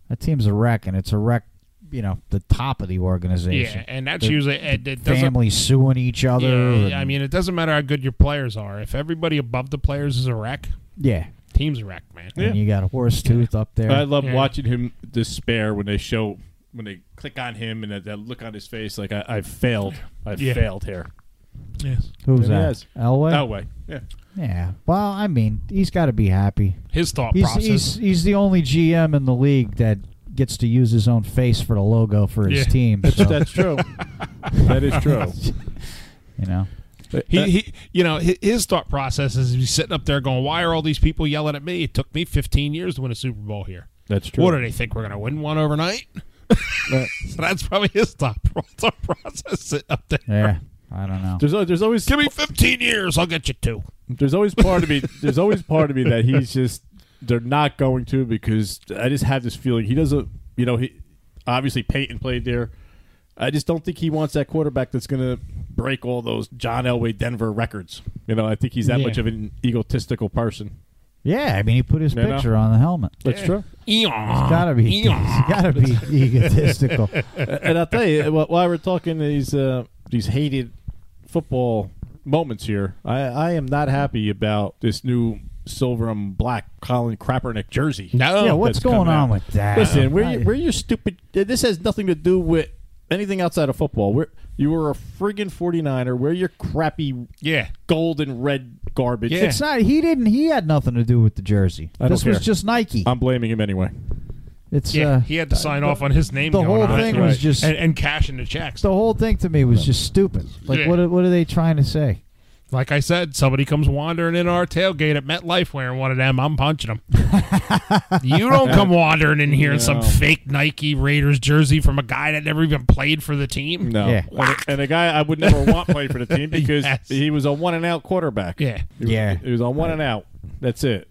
[SPEAKER 3] That team's a wreck, and it's a wreck. You know, the top of the organization.
[SPEAKER 4] Yeah. And that's
[SPEAKER 3] The-
[SPEAKER 4] usually it, it doesn't
[SPEAKER 3] Families suing each other.
[SPEAKER 4] Yeah,
[SPEAKER 3] and-
[SPEAKER 4] I mean, it doesn't matter how good your players are. If everybody above the players is a wreck,
[SPEAKER 3] yeah.
[SPEAKER 4] team's a wreck, man.
[SPEAKER 5] Yeah.
[SPEAKER 3] And you got a horse tooth up there.
[SPEAKER 5] I love
[SPEAKER 4] Yeah.
[SPEAKER 5] watching him despair when they show when they click on him and that, that look on his face like I, I've failed. I've
[SPEAKER 4] Yeah.
[SPEAKER 5] failed here.
[SPEAKER 4] Yes.
[SPEAKER 3] Who's
[SPEAKER 5] It
[SPEAKER 3] that?
[SPEAKER 5] is.
[SPEAKER 3] Elway.
[SPEAKER 5] That way. Yeah.
[SPEAKER 3] Yeah. Well, I mean, he's got to be happy.
[SPEAKER 4] His thought
[SPEAKER 3] He's,
[SPEAKER 4] process.
[SPEAKER 3] he's he's the only GM in the league that gets to use his own face for the logo for his
[SPEAKER 4] Yeah.
[SPEAKER 3] team.
[SPEAKER 5] That's,
[SPEAKER 3] so,
[SPEAKER 5] that's true. that is true.
[SPEAKER 3] [LAUGHS]
[SPEAKER 5] [LAUGHS]
[SPEAKER 3] you know.
[SPEAKER 4] he, he, you know, hi- his thought process is he's sitting up there going, "Why are all these people yelling at me? It took me 15 years to win a Super Bowl here.
[SPEAKER 5] that's true.
[SPEAKER 4] What do they think we're going to win one overnight?" [LAUGHS]
[SPEAKER 5] But
[SPEAKER 4] So that's probably his thought, [LAUGHS] thought process sitting up there.
[SPEAKER 3] Yeah. I don't know.
[SPEAKER 5] there's al- there's always
[SPEAKER 4] Give me 15 years, I'll get you two.
[SPEAKER 5] there's always part of me there's always part of me that he's just they're not going to because I just have this feeling he doesn't you know he obviously Peyton played there. I just don't think he wants that quarterback that's going to break all those John Elway Denver records. You know, I think he's that
[SPEAKER 3] Yeah.
[SPEAKER 5] much of an egotistical person.
[SPEAKER 3] Yeah, I mean, he put his
[SPEAKER 5] You know?
[SPEAKER 3] picture on the helmet.
[SPEAKER 5] That's true.
[SPEAKER 4] Eon.
[SPEAKER 3] gotta
[SPEAKER 5] [LAUGHS]
[SPEAKER 3] be, he's gotta be egotistical.
[SPEAKER 5] and I'll tell you, wh- while we're talking these uh, these hated football moments here, I, I am not happy about this new silver and black Colin Kaepernick jersey.
[SPEAKER 4] No.
[SPEAKER 3] yeah, what's
[SPEAKER 5] Oh, that's
[SPEAKER 3] going
[SPEAKER 5] coming
[SPEAKER 3] on
[SPEAKER 5] out.
[SPEAKER 3] with that?
[SPEAKER 5] Listen, we're,
[SPEAKER 3] I-
[SPEAKER 5] you- we're your stupid. This has nothing to do with anything outside of football. We're, you were a friggin' 49er. Wear your crappy
[SPEAKER 4] Yeah.
[SPEAKER 5] gold and red garbage.
[SPEAKER 4] Yeah.
[SPEAKER 3] it's not. He didn't. He had nothing to do with the jersey.
[SPEAKER 5] I don't
[SPEAKER 3] this was
[SPEAKER 5] care. Um,
[SPEAKER 3] just Nike.
[SPEAKER 5] I'm blaming him anyway.
[SPEAKER 3] it's
[SPEAKER 4] Yeah,
[SPEAKER 3] uh,
[SPEAKER 4] he had to sign off on his name.
[SPEAKER 3] the
[SPEAKER 4] going
[SPEAKER 3] whole
[SPEAKER 4] on it.
[SPEAKER 3] thing was Right. just-
[SPEAKER 4] and, and cashing the checks.
[SPEAKER 3] the whole thing to me was just stupid. Like,
[SPEAKER 4] Yeah.
[SPEAKER 3] what? are- What are they trying to say?
[SPEAKER 4] Like I said, somebody comes wandering in our tailgate at MetLife wearing one of them, I'm punching
[SPEAKER 3] [LAUGHS]
[SPEAKER 4] them. you don't come wandering in here in some
[SPEAKER 5] No.
[SPEAKER 4] fake Nike Raiders jersey from a guy that never even played for the team.
[SPEAKER 5] No.
[SPEAKER 3] Yeah.
[SPEAKER 5] And, a, and a guy I would never want playing for the team because
[SPEAKER 4] Yes.
[SPEAKER 5] he was a one and out quarterback.
[SPEAKER 4] Yeah.
[SPEAKER 5] He was,
[SPEAKER 3] Yeah.
[SPEAKER 5] He was on one and out. That's it.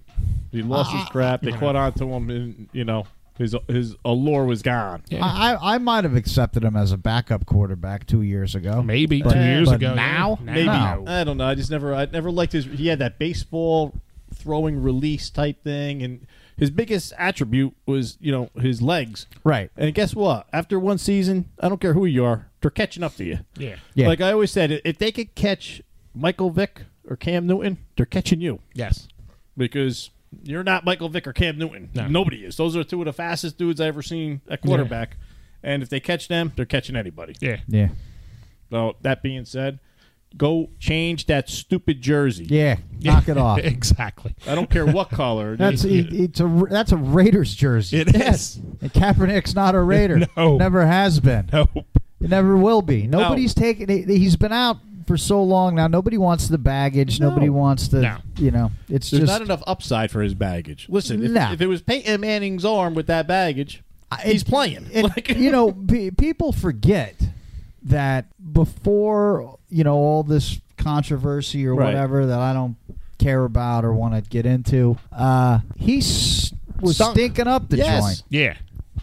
[SPEAKER 5] He lost his crap. They caught on to him, and you know his his allure was gone.
[SPEAKER 3] I, I I might have accepted him as a backup quarterback two years ago.
[SPEAKER 4] Maybe
[SPEAKER 3] But-
[SPEAKER 4] two years
[SPEAKER 3] but
[SPEAKER 4] ago. yeah.
[SPEAKER 3] Now,
[SPEAKER 4] Now.
[SPEAKER 5] Maybe
[SPEAKER 3] No.
[SPEAKER 5] I don't know. I just never I never liked his. He had that baseball throwing release type thing, and his biggest attribute was you know his legs.
[SPEAKER 3] Right.
[SPEAKER 5] And guess what? After one season, I don't care who you are, they're catching up to you.
[SPEAKER 4] Yeah.
[SPEAKER 3] Yeah.
[SPEAKER 5] Like I always said, i- if they could catch Michael Vick or Cam Newton, they're catching you
[SPEAKER 4] Yes.
[SPEAKER 5] because you're not Michael Vick or Cam Newton.
[SPEAKER 4] No.
[SPEAKER 5] Nobody is. Those are two of the fastest dudes I ever seen at quarterback. And if they catch them, they're catching anybody.
[SPEAKER 4] Yeah.
[SPEAKER 3] Yeah.
[SPEAKER 5] So that being said, go change that stupid jersey.
[SPEAKER 3] Yeah. Knock it off.
[SPEAKER 4] [LAUGHS] exactly.
[SPEAKER 5] I don't care what color.
[SPEAKER 3] [LAUGHS] That's e-
[SPEAKER 7] [LAUGHS]
[SPEAKER 3] it, it's a that's a Raiders jersey.
[SPEAKER 4] It is.
[SPEAKER 3] And Kaepernick's not a Raider.
[SPEAKER 4] [LAUGHS] No.
[SPEAKER 3] Never has been.
[SPEAKER 4] Nope.
[SPEAKER 3] It never will be. Nobody's taking. he- He's been out for so long now. Nobody wants the baggage. Nobody wants the
[SPEAKER 4] No.
[SPEAKER 3] you know. It's
[SPEAKER 7] There's
[SPEAKER 3] just
[SPEAKER 7] not enough upside for his baggage. Listen, if,
[SPEAKER 3] Nah.
[SPEAKER 7] if it was Peyton Manning's arm with that baggage, he's playing.
[SPEAKER 3] And,
[SPEAKER 7] Like-
[SPEAKER 3] you know, pe people forget that before you know all this controversy or
[SPEAKER 5] Right.
[SPEAKER 3] whatever that I don't care about or want to get into, uh, he s- was
[SPEAKER 7] Stunk.
[SPEAKER 3] stinking up the
[SPEAKER 7] Yes.
[SPEAKER 3] joint.
[SPEAKER 4] Yeah.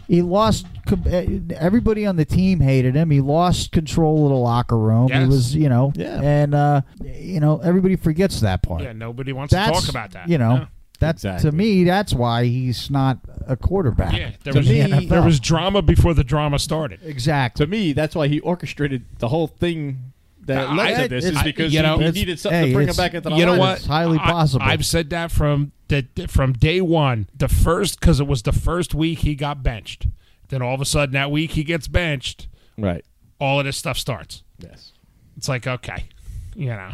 [SPEAKER 3] He lost. com- eh, Everybody on the team hated him. He lost control of the locker room. He
[SPEAKER 4] Yes.
[SPEAKER 3] was, you know,
[SPEAKER 7] Yeah.
[SPEAKER 3] and uh, you know everybody forgets that part.
[SPEAKER 4] Yeah. Nobody wants
[SPEAKER 3] that's
[SPEAKER 4] to talk about that.
[SPEAKER 3] You know,
[SPEAKER 4] No.
[SPEAKER 3] that's
[SPEAKER 7] Exactly.
[SPEAKER 3] to me. That's why he's not a quarterback.
[SPEAKER 4] Yeah. There
[SPEAKER 7] To
[SPEAKER 4] was,
[SPEAKER 7] me-
[SPEAKER 4] there was drama before the drama started.
[SPEAKER 3] Exactly.
[SPEAKER 7] to me, that's why he orchestrated the whole thing that
[SPEAKER 4] Nah,
[SPEAKER 7] led
[SPEAKER 4] I-
[SPEAKER 7] to this.
[SPEAKER 4] it's-
[SPEAKER 7] is because
[SPEAKER 4] you know,
[SPEAKER 7] he, he
[SPEAKER 4] it's-
[SPEAKER 7] needed something
[SPEAKER 3] hey,
[SPEAKER 7] to bring him
[SPEAKER 3] it's-
[SPEAKER 7] back into the
[SPEAKER 4] you know
[SPEAKER 7] lineup.
[SPEAKER 4] what?
[SPEAKER 3] It's highly possible.
[SPEAKER 4] I, have said that from the from day one. The first because it was the first week he got benched. Then all of a sudden that week he gets benched.
[SPEAKER 7] Right.
[SPEAKER 4] All of this stuff starts.
[SPEAKER 7] Yes.
[SPEAKER 4] It's like okay, you know,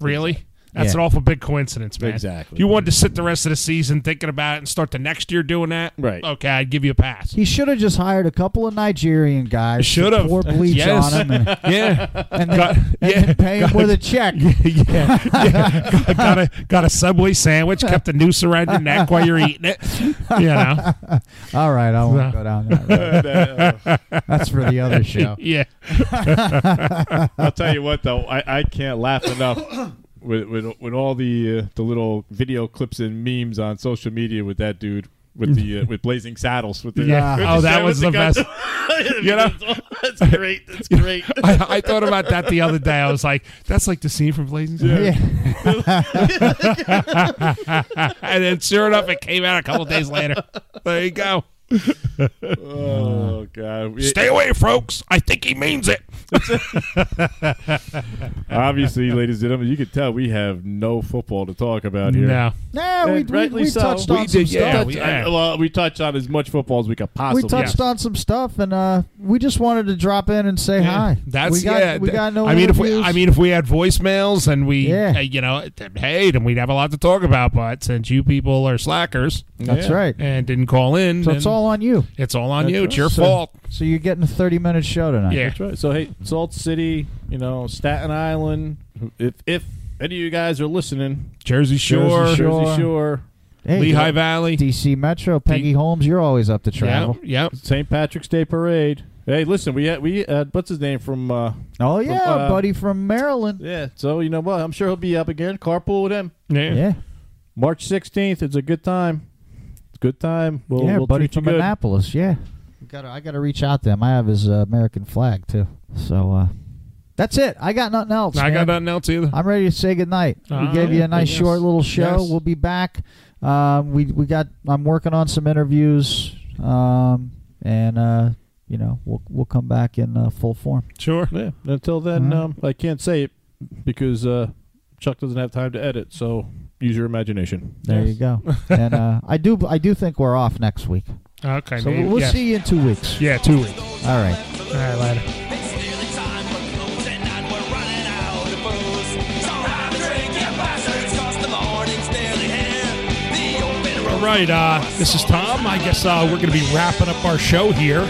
[SPEAKER 4] really. That's
[SPEAKER 3] Yeah.
[SPEAKER 4] an awful big coincidence, man.
[SPEAKER 7] Exactly.
[SPEAKER 4] You wanted to sit the rest of the season thinking about it and start the next year doing that.
[SPEAKER 7] Right.
[SPEAKER 4] Okay, I'd give you a
[SPEAKER 3] [LAUGHS]
[SPEAKER 4] pass.
[SPEAKER 3] He should have just hired a couple of Nigerian guys.
[SPEAKER 4] Should have.
[SPEAKER 3] pour bleach
[SPEAKER 4] Yes.
[SPEAKER 3] on him and,
[SPEAKER 4] yeah.
[SPEAKER 3] and then,
[SPEAKER 4] Got-
[SPEAKER 3] and
[SPEAKER 4] yeah.
[SPEAKER 3] then pay him with a check.
[SPEAKER 4] [LAUGHS] yeah, yeah. [LAUGHS] got a got a subway sandwich, kept a noose around your neck while you're eating it. You know,
[SPEAKER 3] All right, I won't go down that
[SPEAKER 7] uh,
[SPEAKER 3] road. That's for
[SPEAKER 4] [LAUGHS]
[SPEAKER 3] the other show.
[SPEAKER 4] yeah.
[SPEAKER 5] I'll tell you what, though, I, I can't laugh [COUGHS] enough with with, with all the uh, the little video clips and memes on social media with that dude with the uh, with blazing saddles with the
[SPEAKER 3] Yeah.
[SPEAKER 5] with
[SPEAKER 4] Oh, that was the
[SPEAKER 5] gun. [LAUGHS]
[SPEAKER 4] best. You know?
[SPEAKER 7] that's great. That's great.
[SPEAKER 4] [LAUGHS] I, I thought about that the other day. I was like, "That's like the scene from Blazing Saddles."
[SPEAKER 3] Yeah.
[SPEAKER 4] And then, sure enough, it came out a couple days later. There you go.
[SPEAKER 5] [LAUGHS] Oh god! It-
[SPEAKER 4] Stay away, folks. I think he means it.
[SPEAKER 5] [LAUGHS] obviously, ladies and gentlemen, you could tell we have no football to talk about here.
[SPEAKER 4] No,
[SPEAKER 3] Nah, we,
[SPEAKER 5] And
[SPEAKER 3] we,
[SPEAKER 5] rightly
[SPEAKER 3] we
[SPEAKER 5] so.
[SPEAKER 3] touched
[SPEAKER 5] We
[SPEAKER 3] on some
[SPEAKER 4] did, yeah,
[SPEAKER 3] stuff.
[SPEAKER 4] we-
[SPEAKER 5] I- well, we touched on as much football as we could
[SPEAKER 3] We
[SPEAKER 5] possibly.
[SPEAKER 3] touched on some stuff, and uh, we just wanted to drop in and say hi.
[SPEAKER 4] That's
[SPEAKER 3] we got,
[SPEAKER 4] yeah.
[SPEAKER 3] We
[SPEAKER 4] th-
[SPEAKER 3] got no.
[SPEAKER 4] I mean, if we,
[SPEAKER 3] interviews.
[SPEAKER 4] I mean, if we had voicemails and we,
[SPEAKER 3] Yeah.
[SPEAKER 4] uh, you know, th- hey, then we'd have a lot to talk about. But since you people are slackers
[SPEAKER 3] that's
[SPEAKER 5] Yeah.
[SPEAKER 3] right.
[SPEAKER 4] and didn't call in,
[SPEAKER 3] So it's
[SPEAKER 4] then
[SPEAKER 3] all on you.
[SPEAKER 4] it's all on you. It's your
[SPEAKER 3] So-
[SPEAKER 4] fault.
[SPEAKER 3] So you're getting a 30 minute show tonight.
[SPEAKER 4] Yeah.
[SPEAKER 5] That's right.
[SPEAKER 7] So hey, Salt City, you know, Staten Island. If if any of you guys are listening,
[SPEAKER 4] Jersey Shore,
[SPEAKER 3] Jersey Shore.
[SPEAKER 7] Jersey Shore,
[SPEAKER 3] Hey,
[SPEAKER 4] Lehigh Valley.
[SPEAKER 3] DC Metro, Peggy Holmes, you're always up to
[SPEAKER 4] Yeah,
[SPEAKER 3] travel.
[SPEAKER 4] yeah.
[SPEAKER 7] St. Patrick's Day Parade. Hey, listen, we had we had, what's his name from? uh
[SPEAKER 3] Oh yeah,
[SPEAKER 7] uh,
[SPEAKER 3] buddy from Maryland.
[SPEAKER 7] Yeah. So you know what? I'm sure he'll be up again. Carpool with him.
[SPEAKER 4] yeah.
[SPEAKER 3] yeah.
[SPEAKER 7] March 16th. It's a good time. It's a good time. We'll,
[SPEAKER 3] yeah,
[SPEAKER 7] we'll
[SPEAKER 3] buddy
[SPEAKER 7] treat you
[SPEAKER 3] from
[SPEAKER 7] good.
[SPEAKER 3] Annapolis. Yeah, got I got to reach out to him. I have his uh, American flag too. So uh, that's it. I got nothing else.
[SPEAKER 4] I got
[SPEAKER 3] man.
[SPEAKER 4] nothing else either.
[SPEAKER 3] I'm ready to say goodnight. we
[SPEAKER 4] Ah,
[SPEAKER 3] gave you a nice
[SPEAKER 4] yes.
[SPEAKER 3] short little show.
[SPEAKER 4] Yes.
[SPEAKER 3] We'll be back. Um, we we got. I'm working on some interviews. Um, and uh, you know we'll we'll come back in uh, full form.
[SPEAKER 4] Sure.
[SPEAKER 7] Yeah. Until then,
[SPEAKER 3] Mhm.
[SPEAKER 7] um, I can't say it because uh, Chuck doesn't have time to edit. So use your imagination.
[SPEAKER 3] There
[SPEAKER 7] [LAUGHS]
[SPEAKER 3] you go. and uh, I do I do think we're off next week.
[SPEAKER 4] Okay.
[SPEAKER 3] So
[SPEAKER 4] maybe-
[SPEAKER 3] we'll
[SPEAKER 4] yeah.
[SPEAKER 3] see you in two weeks.
[SPEAKER 4] Yeah, two weeks.
[SPEAKER 3] All right.
[SPEAKER 4] All right, later.
[SPEAKER 8] It's nearly time for booze, and we're running out of booze. So have a drink, you bastards, 'cause the morning's nearly here. The open road.
[SPEAKER 4] All right, uh, this is Tom. I guess uh, we're going to be wrapping up our show here.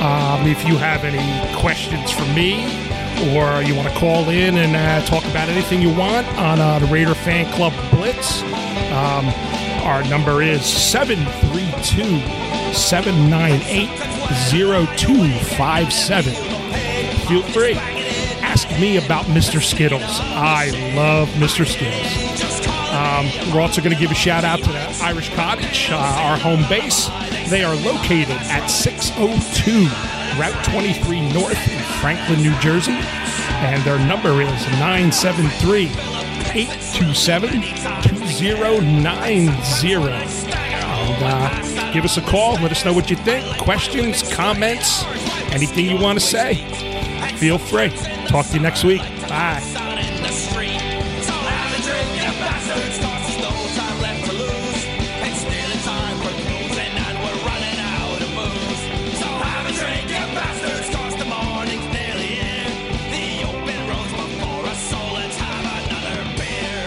[SPEAKER 4] Um, if you have any questions for me, or you want to call in and uh, talk about anything you want on uh, the Raider Fan Club Blitz, um, our number is 732 798 0257 feel free. Ask me about Mr. Skittles. I love Mr. Skittles. Um, we're also going to give a shout out to the Irish Cottage, uh, our home base. They are located at 602 Route 23 North in Franklin, New Jersey. And their number is 973 827 2090 and uh, give us a call. Let us know what you think. Questions, comments, anything you want to say. Feel free. Talk to you next week. Bye.
[SPEAKER 8] Out in the street. So have a drink, you bastards, 'cause there's no time left to lose. It's nearly time for booze, and we're running out of booze. So have a drink, you bastards, 'cause the morning's nearly here. The open road's before us, so let's have another beer.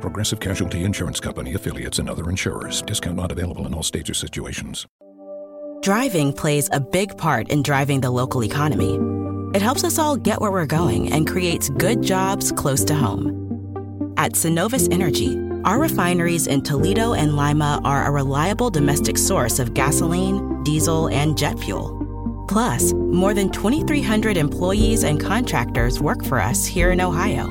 [SPEAKER 3] Progressive Casualty Insurance Company affiliates and other insurers. Discount not available in all states or situations.
[SPEAKER 9] Driving plays a big part in driving the local economy. It helps us all get where we're going and creates good jobs close to home. At Synovus Energy, our refineries in Toledo and Lima are a reliable domestic source of gasoline, diesel, and jet fuel. Plus, more than 2,300 employees and contractors work for us here in Ohio.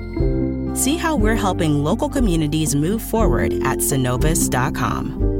[SPEAKER 9] See how we're helping local communities move forward at synovus.com.